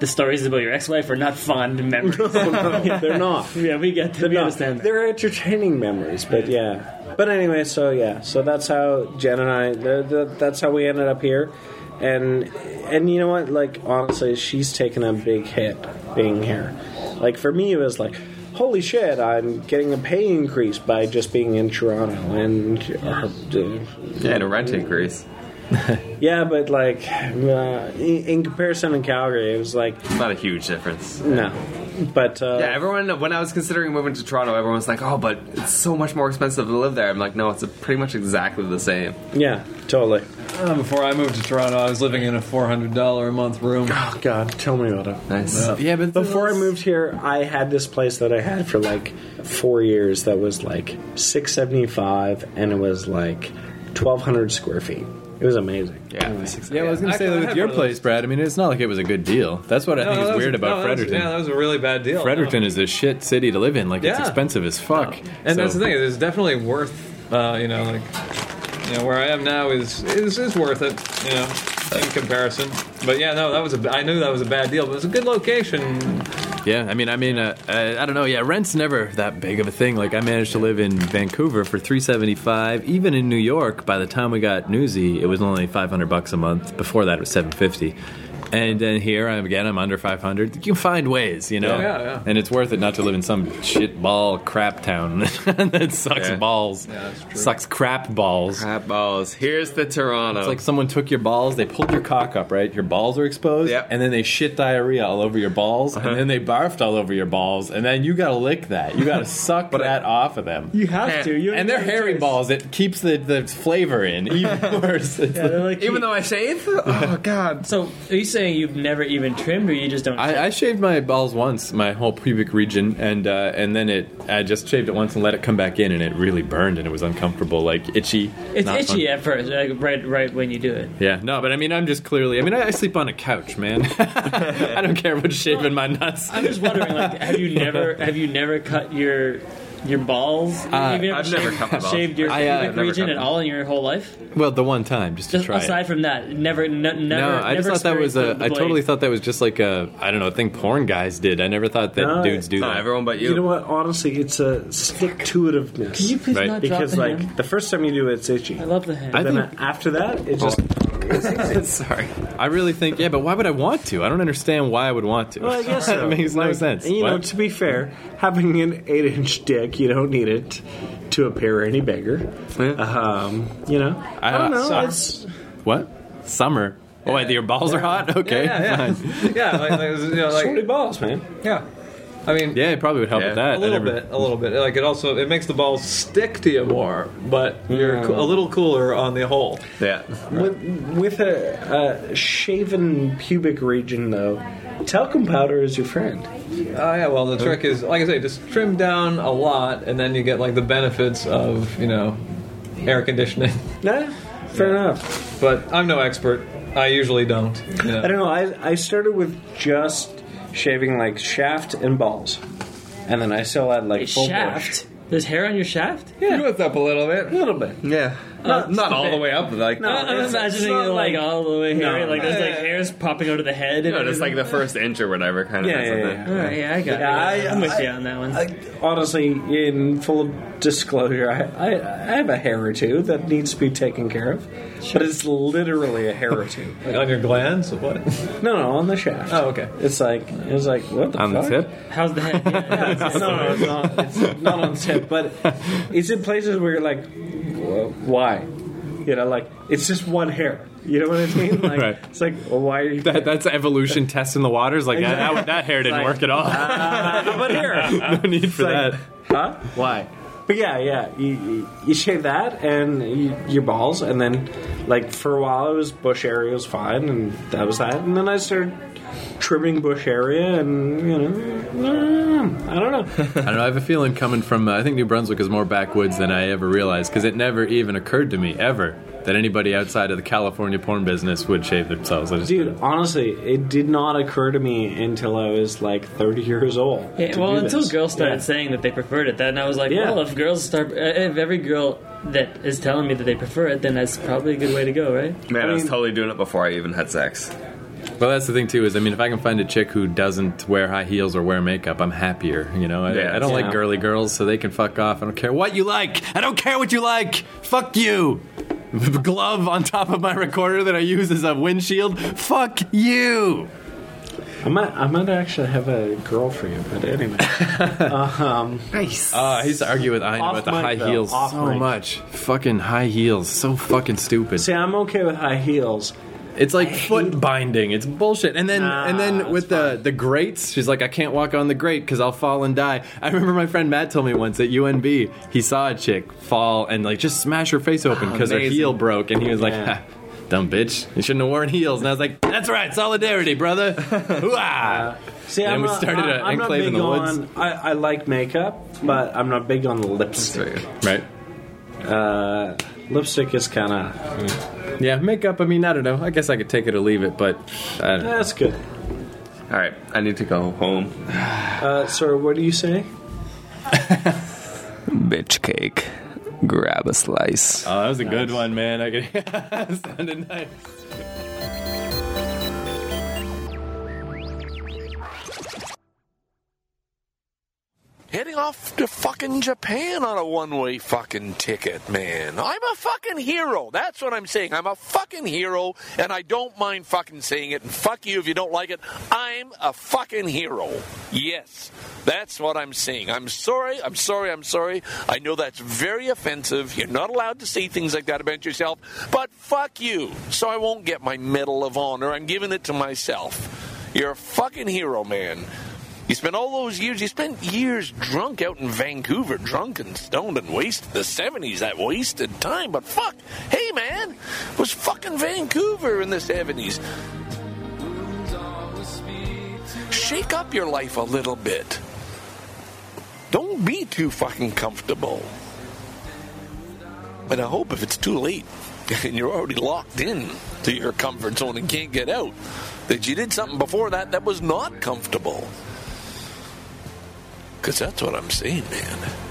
Speaker 5: the stories about your ex-wife are not fond memories.
Speaker 1: They're not.
Speaker 5: yeah, we get. That.
Speaker 1: They're
Speaker 5: We
Speaker 1: not.
Speaker 5: understand. That.
Speaker 1: They're entertaining memories, but yeah. But anyway, so yeah, so that's how Jen and I. th th that's how we ended up here, and and you know what? Like honestly, she's taken a big hit being here. Like for me, it was like. Holy shit! I'm getting a pay increase by just being in Toronto, and uh,
Speaker 3: Yeah, and a rent increase.
Speaker 1: yeah, but like uh, in, in comparison in Calgary, it was like
Speaker 3: Not a huge difference.
Speaker 1: no. But uh,
Speaker 3: Yeah, everyone. When I was considering moving to Toronto, everyone was like, "Oh, but it's so much more expensive to live there." I'm like, "No, it's pretty much exactly the same."
Speaker 1: yeah, totally.
Speaker 4: Uh, before I moved to Toronto, I was living in a four hundred dollar a month room.
Speaker 1: Oh God, tell me about it.
Speaker 3: Nice.
Speaker 2: Yeah, but
Speaker 1: Before I moved here, I had this place that I had for like four years that was like six seventy five, and it was like twelve hundred square feet. It was amazing.
Speaker 3: Yeah.
Speaker 2: Yeah, well, I was going to
Speaker 4: I-
Speaker 2: say
Speaker 4: I
Speaker 2: that
Speaker 4: had
Speaker 2: with your
Speaker 4: one of those.
Speaker 2: place, Brad. I mean, it's not like it was a good deal. That's what I think
Speaker 4: No,
Speaker 2: is
Speaker 4: that was-
Speaker 2: weird about
Speaker 4: no, that was-
Speaker 2: Fredericton.
Speaker 4: yeah, that was a really bad deal.
Speaker 2: Fredericton is a shit city to live in. Like, it's
Speaker 4: Yeah.
Speaker 2: expensive as fuck.
Speaker 4: And that's
Speaker 2: So-
Speaker 4: the thing; it's definitely worth Uh, you know, like you know, where I am now is is, is worth it. You know, in comparison. But yeah, no, that was a. b- I knew that was a bad deal, but it's a good location.
Speaker 2: Yeah, I mean, I mean, uh, I, I don't know. Yeah, rent's never that big of a thing. Like, I managed to live in Vancouver for three seventy five. Even in New York, by the time we got Newsy, it was only five hundred bucks a month. Before that, it was seven fifty. And then here, I'm again, I'm under five hundred. You can find ways, you know.
Speaker 4: Yeah, yeah, yeah.
Speaker 2: And it's worth it not to live in some shit ball crap town that sucks
Speaker 3: Yeah.
Speaker 2: balls,
Speaker 4: that's true.
Speaker 2: sucks crap balls.
Speaker 3: Crap balls. Here's the Toronto.
Speaker 2: It's like someone took your balls, they pulled your cock up, right? Your balls are exposed,
Speaker 3: Yep.
Speaker 2: and then they shit diarrhea all over your balls, and then they barfed all over your balls, and then you gotta lick that. You gotta suck that off of them.
Speaker 5: You have to. You
Speaker 2: and they're hairy balls. It keeps the, the flavor in even worse. It's
Speaker 5: Yeah, they're
Speaker 2: like-
Speaker 5: like,
Speaker 3: Even though I shave? Oh, God.
Speaker 5: So are you saying you've never even trimmed, or you just don't?
Speaker 2: I, I shaved my balls once, my whole pubic region, and uh, and then it. I just shaved it once and let it come back in, and it really burned, and it was uncomfortable, like itchy.
Speaker 5: it's
Speaker 2: not fun.
Speaker 5: itchy at first, like right, right when you do it.
Speaker 2: Yeah, no, but I mean, I'm just clearly. I mean, I, I sleep on a couch, man. I don't care what's shaving my nuts.
Speaker 5: I'm just wondering, like, have you never, have you never cut your your balls?
Speaker 2: Uh,
Speaker 5: Have you
Speaker 3: I've never cut my balls.
Speaker 5: Shaved your
Speaker 2: I, uh,
Speaker 5: pubic
Speaker 3: never
Speaker 5: region
Speaker 3: cut
Speaker 5: at
Speaker 3: them.
Speaker 5: all in your whole life?
Speaker 2: Well, the one time, just to
Speaker 5: Just
Speaker 2: try it.
Speaker 5: aside from that, never, n- never.
Speaker 2: no, I just
Speaker 5: never
Speaker 2: thought that was a.
Speaker 5: experienced the
Speaker 2: I totally
Speaker 5: blade.
Speaker 2: thought that was just like a. I don't know. a thing porn guys did. I never thought that
Speaker 1: No,
Speaker 2: dudes do
Speaker 3: No,
Speaker 2: that.
Speaker 3: everyone but you.
Speaker 1: You know what? Honestly, it's a stick to itiveness.
Speaker 5: Can you please
Speaker 2: Right.
Speaker 5: not drop
Speaker 1: because
Speaker 5: the
Speaker 1: like
Speaker 5: hand?
Speaker 1: the first time you do it, it's itchy.
Speaker 5: I love the hand.
Speaker 2: I
Speaker 1: then
Speaker 2: think-
Speaker 1: after that, it just
Speaker 3: Sorry.
Speaker 2: I really think. Yeah, but why would I want to? I don't understand why I would want to.
Speaker 1: Well, I guess so.
Speaker 2: it makes no
Speaker 1: Like,
Speaker 2: sense.
Speaker 1: You know,
Speaker 2: What?
Speaker 1: to be fair, having an eight-inch dick, you don't need it to appear any bigger. Um, you know, I, don't know.
Speaker 2: summer.
Speaker 1: It's,
Speaker 2: what? Summer. Oh, wait, your balls are hot. Okay,
Speaker 4: Yeah, yeah,
Speaker 2: fine.
Speaker 4: yeah. Like, like, you know, like
Speaker 1: balls, man.
Speaker 4: yeah. I mean,
Speaker 2: Yeah, it probably would help
Speaker 3: Yeah.
Speaker 2: with that.
Speaker 4: a little
Speaker 2: I never-
Speaker 4: bit, a little bit. Like it also it makes the balls stick to you more, but you're co- a little cooler on the whole.
Speaker 3: Yeah.
Speaker 1: With, with a, a shaven pubic region, though, talcum powder is your friend.
Speaker 4: Oh yeah, well the trick is like I say, just trim down a lot, and then you get like the benefits of you know air conditioning.
Speaker 1: Nah, fair enough.
Speaker 4: But I'm no expert. I usually don't. you know.
Speaker 1: I don't know. I, I started with just shaving like shaft and balls, and then I still had like
Speaker 5: Your
Speaker 2: Oh,
Speaker 1: full
Speaker 5: shaft. There's hair on your shaft.
Speaker 3: You know what's up a little bit.
Speaker 1: bush. A little bit.
Speaker 3: Yeah. Not, not all the way up, like.
Speaker 5: I'm
Speaker 1: it's- it's
Speaker 5: imagining
Speaker 1: not
Speaker 5: it like, all the way hairy, like there's like
Speaker 4: Yeah.
Speaker 5: hairs popping out of the head.
Speaker 3: You know, just like the first inch or whatever kind of
Speaker 1: Yeah,
Speaker 3: thing.
Speaker 1: yeah, yeah.
Speaker 5: All right, yeah, I got it.
Speaker 1: Yeah, I-
Speaker 5: I'm with
Speaker 1: I-
Speaker 5: you on that one.
Speaker 1: I, honestly, in full disclosure, I, I, I have a hair or two that needs to be taken care of, but it's literally a hair or two.
Speaker 4: Like, on your glands, what?
Speaker 1: No, no, on the shaft.
Speaker 4: Oh, okay.
Speaker 1: It's like it's like what the
Speaker 2: On the
Speaker 1: fuck?
Speaker 2: tip.
Speaker 5: How's the head? Yeah,
Speaker 1: No, no, it's not. It's not on the tip, but it's in places where you're like, "Wh- why? You know, like it's just one hair. You know what I mean? Like,
Speaker 2: Right.
Speaker 1: It's like well, why are you?
Speaker 2: That, that's evolution testing the waters. Like that, that, that hair didn't
Speaker 1: Like,
Speaker 2: work at all.
Speaker 1: but here,
Speaker 2: no need for
Speaker 1: like-
Speaker 2: that.
Speaker 1: huh? Why? But yeah, yeah, you- you, you shave that and you, your balls, and then like for a while it was bush area was fine, and that was that, and then I started trimming bush area, and you know, I don't know.
Speaker 2: I don't know. I have a feeling coming from. Uh, I think New Brunswick is more backwoods than I ever realized because it never even occurred to me ever that anybody outside of the California porn business would shave themselves. I just,
Speaker 1: Dude, honestly, it did not occur to me until I was like 30 years old.
Speaker 5: Yeah,
Speaker 1: to
Speaker 5: well,
Speaker 1: do this.
Speaker 5: until girls started
Speaker 1: Yeah.
Speaker 5: saying that they preferred it, then I was like,
Speaker 1: Yeah.
Speaker 5: well, if girls start, uh, if every girl that is telling me that they prefer it, then that's probably a good way to go, right?
Speaker 3: Man, I, was
Speaker 1: mean-
Speaker 3: totally doing it before I even had sex.
Speaker 2: Well, that's the thing too. Is I mean, if I can find a chick who doesn't wear high heels or wear makeup, I'm happier. You know, I,
Speaker 3: Yeah.
Speaker 2: I don't like
Speaker 1: Yeah.
Speaker 2: girly girls, so they can fuck off. I don't care what you like. I don't care what you like. Fuck you. Glove on top of my recorder that I use as a windshield. Fuck you.
Speaker 1: I might, I might actually have a girl for you, but anyway.
Speaker 2: Uh, I used to argue with Ian
Speaker 1: Off
Speaker 2: about the
Speaker 1: mic,
Speaker 2: high
Speaker 1: though.
Speaker 2: heels
Speaker 1: Off
Speaker 2: so
Speaker 1: mic.
Speaker 2: much. Fucking high heels, so fucking stupid.
Speaker 1: See, I'm okay with high heels.
Speaker 2: It's like foot binding. It's bullshit. And then
Speaker 1: Nah,
Speaker 2: and then
Speaker 1: that's
Speaker 2: with the the grates, she's like, I can't walk on the grate because I'll fall and die. I remember my friend Matt told me once at UNB he saw a chick fall and like just smash her face open because her
Speaker 3: Amazing.
Speaker 2: heel broke, and he was like.
Speaker 1: Yeah.
Speaker 2: "Ha, Dumb bitch! You shouldn't have worn heels. And I was like, "That's right, solidarity, brother." Hooah!
Speaker 1: Uh, See,
Speaker 2: And
Speaker 1: I'm
Speaker 2: we
Speaker 1: not-
Speaker 2: started
Speaker 1: I-
Speaker 2: an
Speaker 1: I'm not
Speaker 2: enclave in
Speaker 1: big
Speaker 2: the woods.
Speaker 1: on- I, I like makeup, but I'm not big on lipstick.
Speaker 2: Right?
Speaker 1: Uh, lipstick is kind of
Speaker 2: Yeah, makeup. I mean, I don't know. I guess I could take it or leave it, but I don't know.
Speaker 1: uh, that's good.
Speaker 3: All right, I need to go home.
Speaker 1: Uh, sir, what do you say?
Speaker 3: Bitch cake. grab a slice.
Speaker 2: Oh, that was a good one, man. I could sounded nice.
Speaker 7: Heading off to fucking Japan on a one way fucking ticket, man. I'm a fucking hero. That's what I'm saying. I'm a fucking hero, and I don't mind fucking saying it. And fuck you if you don't like it. I'm a fucking hero. Yes, that's what I'm saying. I'm sorry. I'm sorry. I'm sorry. I know that's very offensive. You're not allowed to say things like that about yourself, but fuck you. So I won't get my Medal of Honor. I'm giving it to myself. You're a fucking hero, man. You spent all those years, you spent years drunk out in Vancouver, drunk and stoned and wasted. The 70s, that wasted time, but fuck, hey man, it was fucking Vancouver in the 70s. Shake up your life a little bit. Don't be too fucking comfortable. And I hope if it's too late and you're already locked in to your comfort zone and can't get out, that you did something before that that was not comfortable. Because that's what I'm saying, man.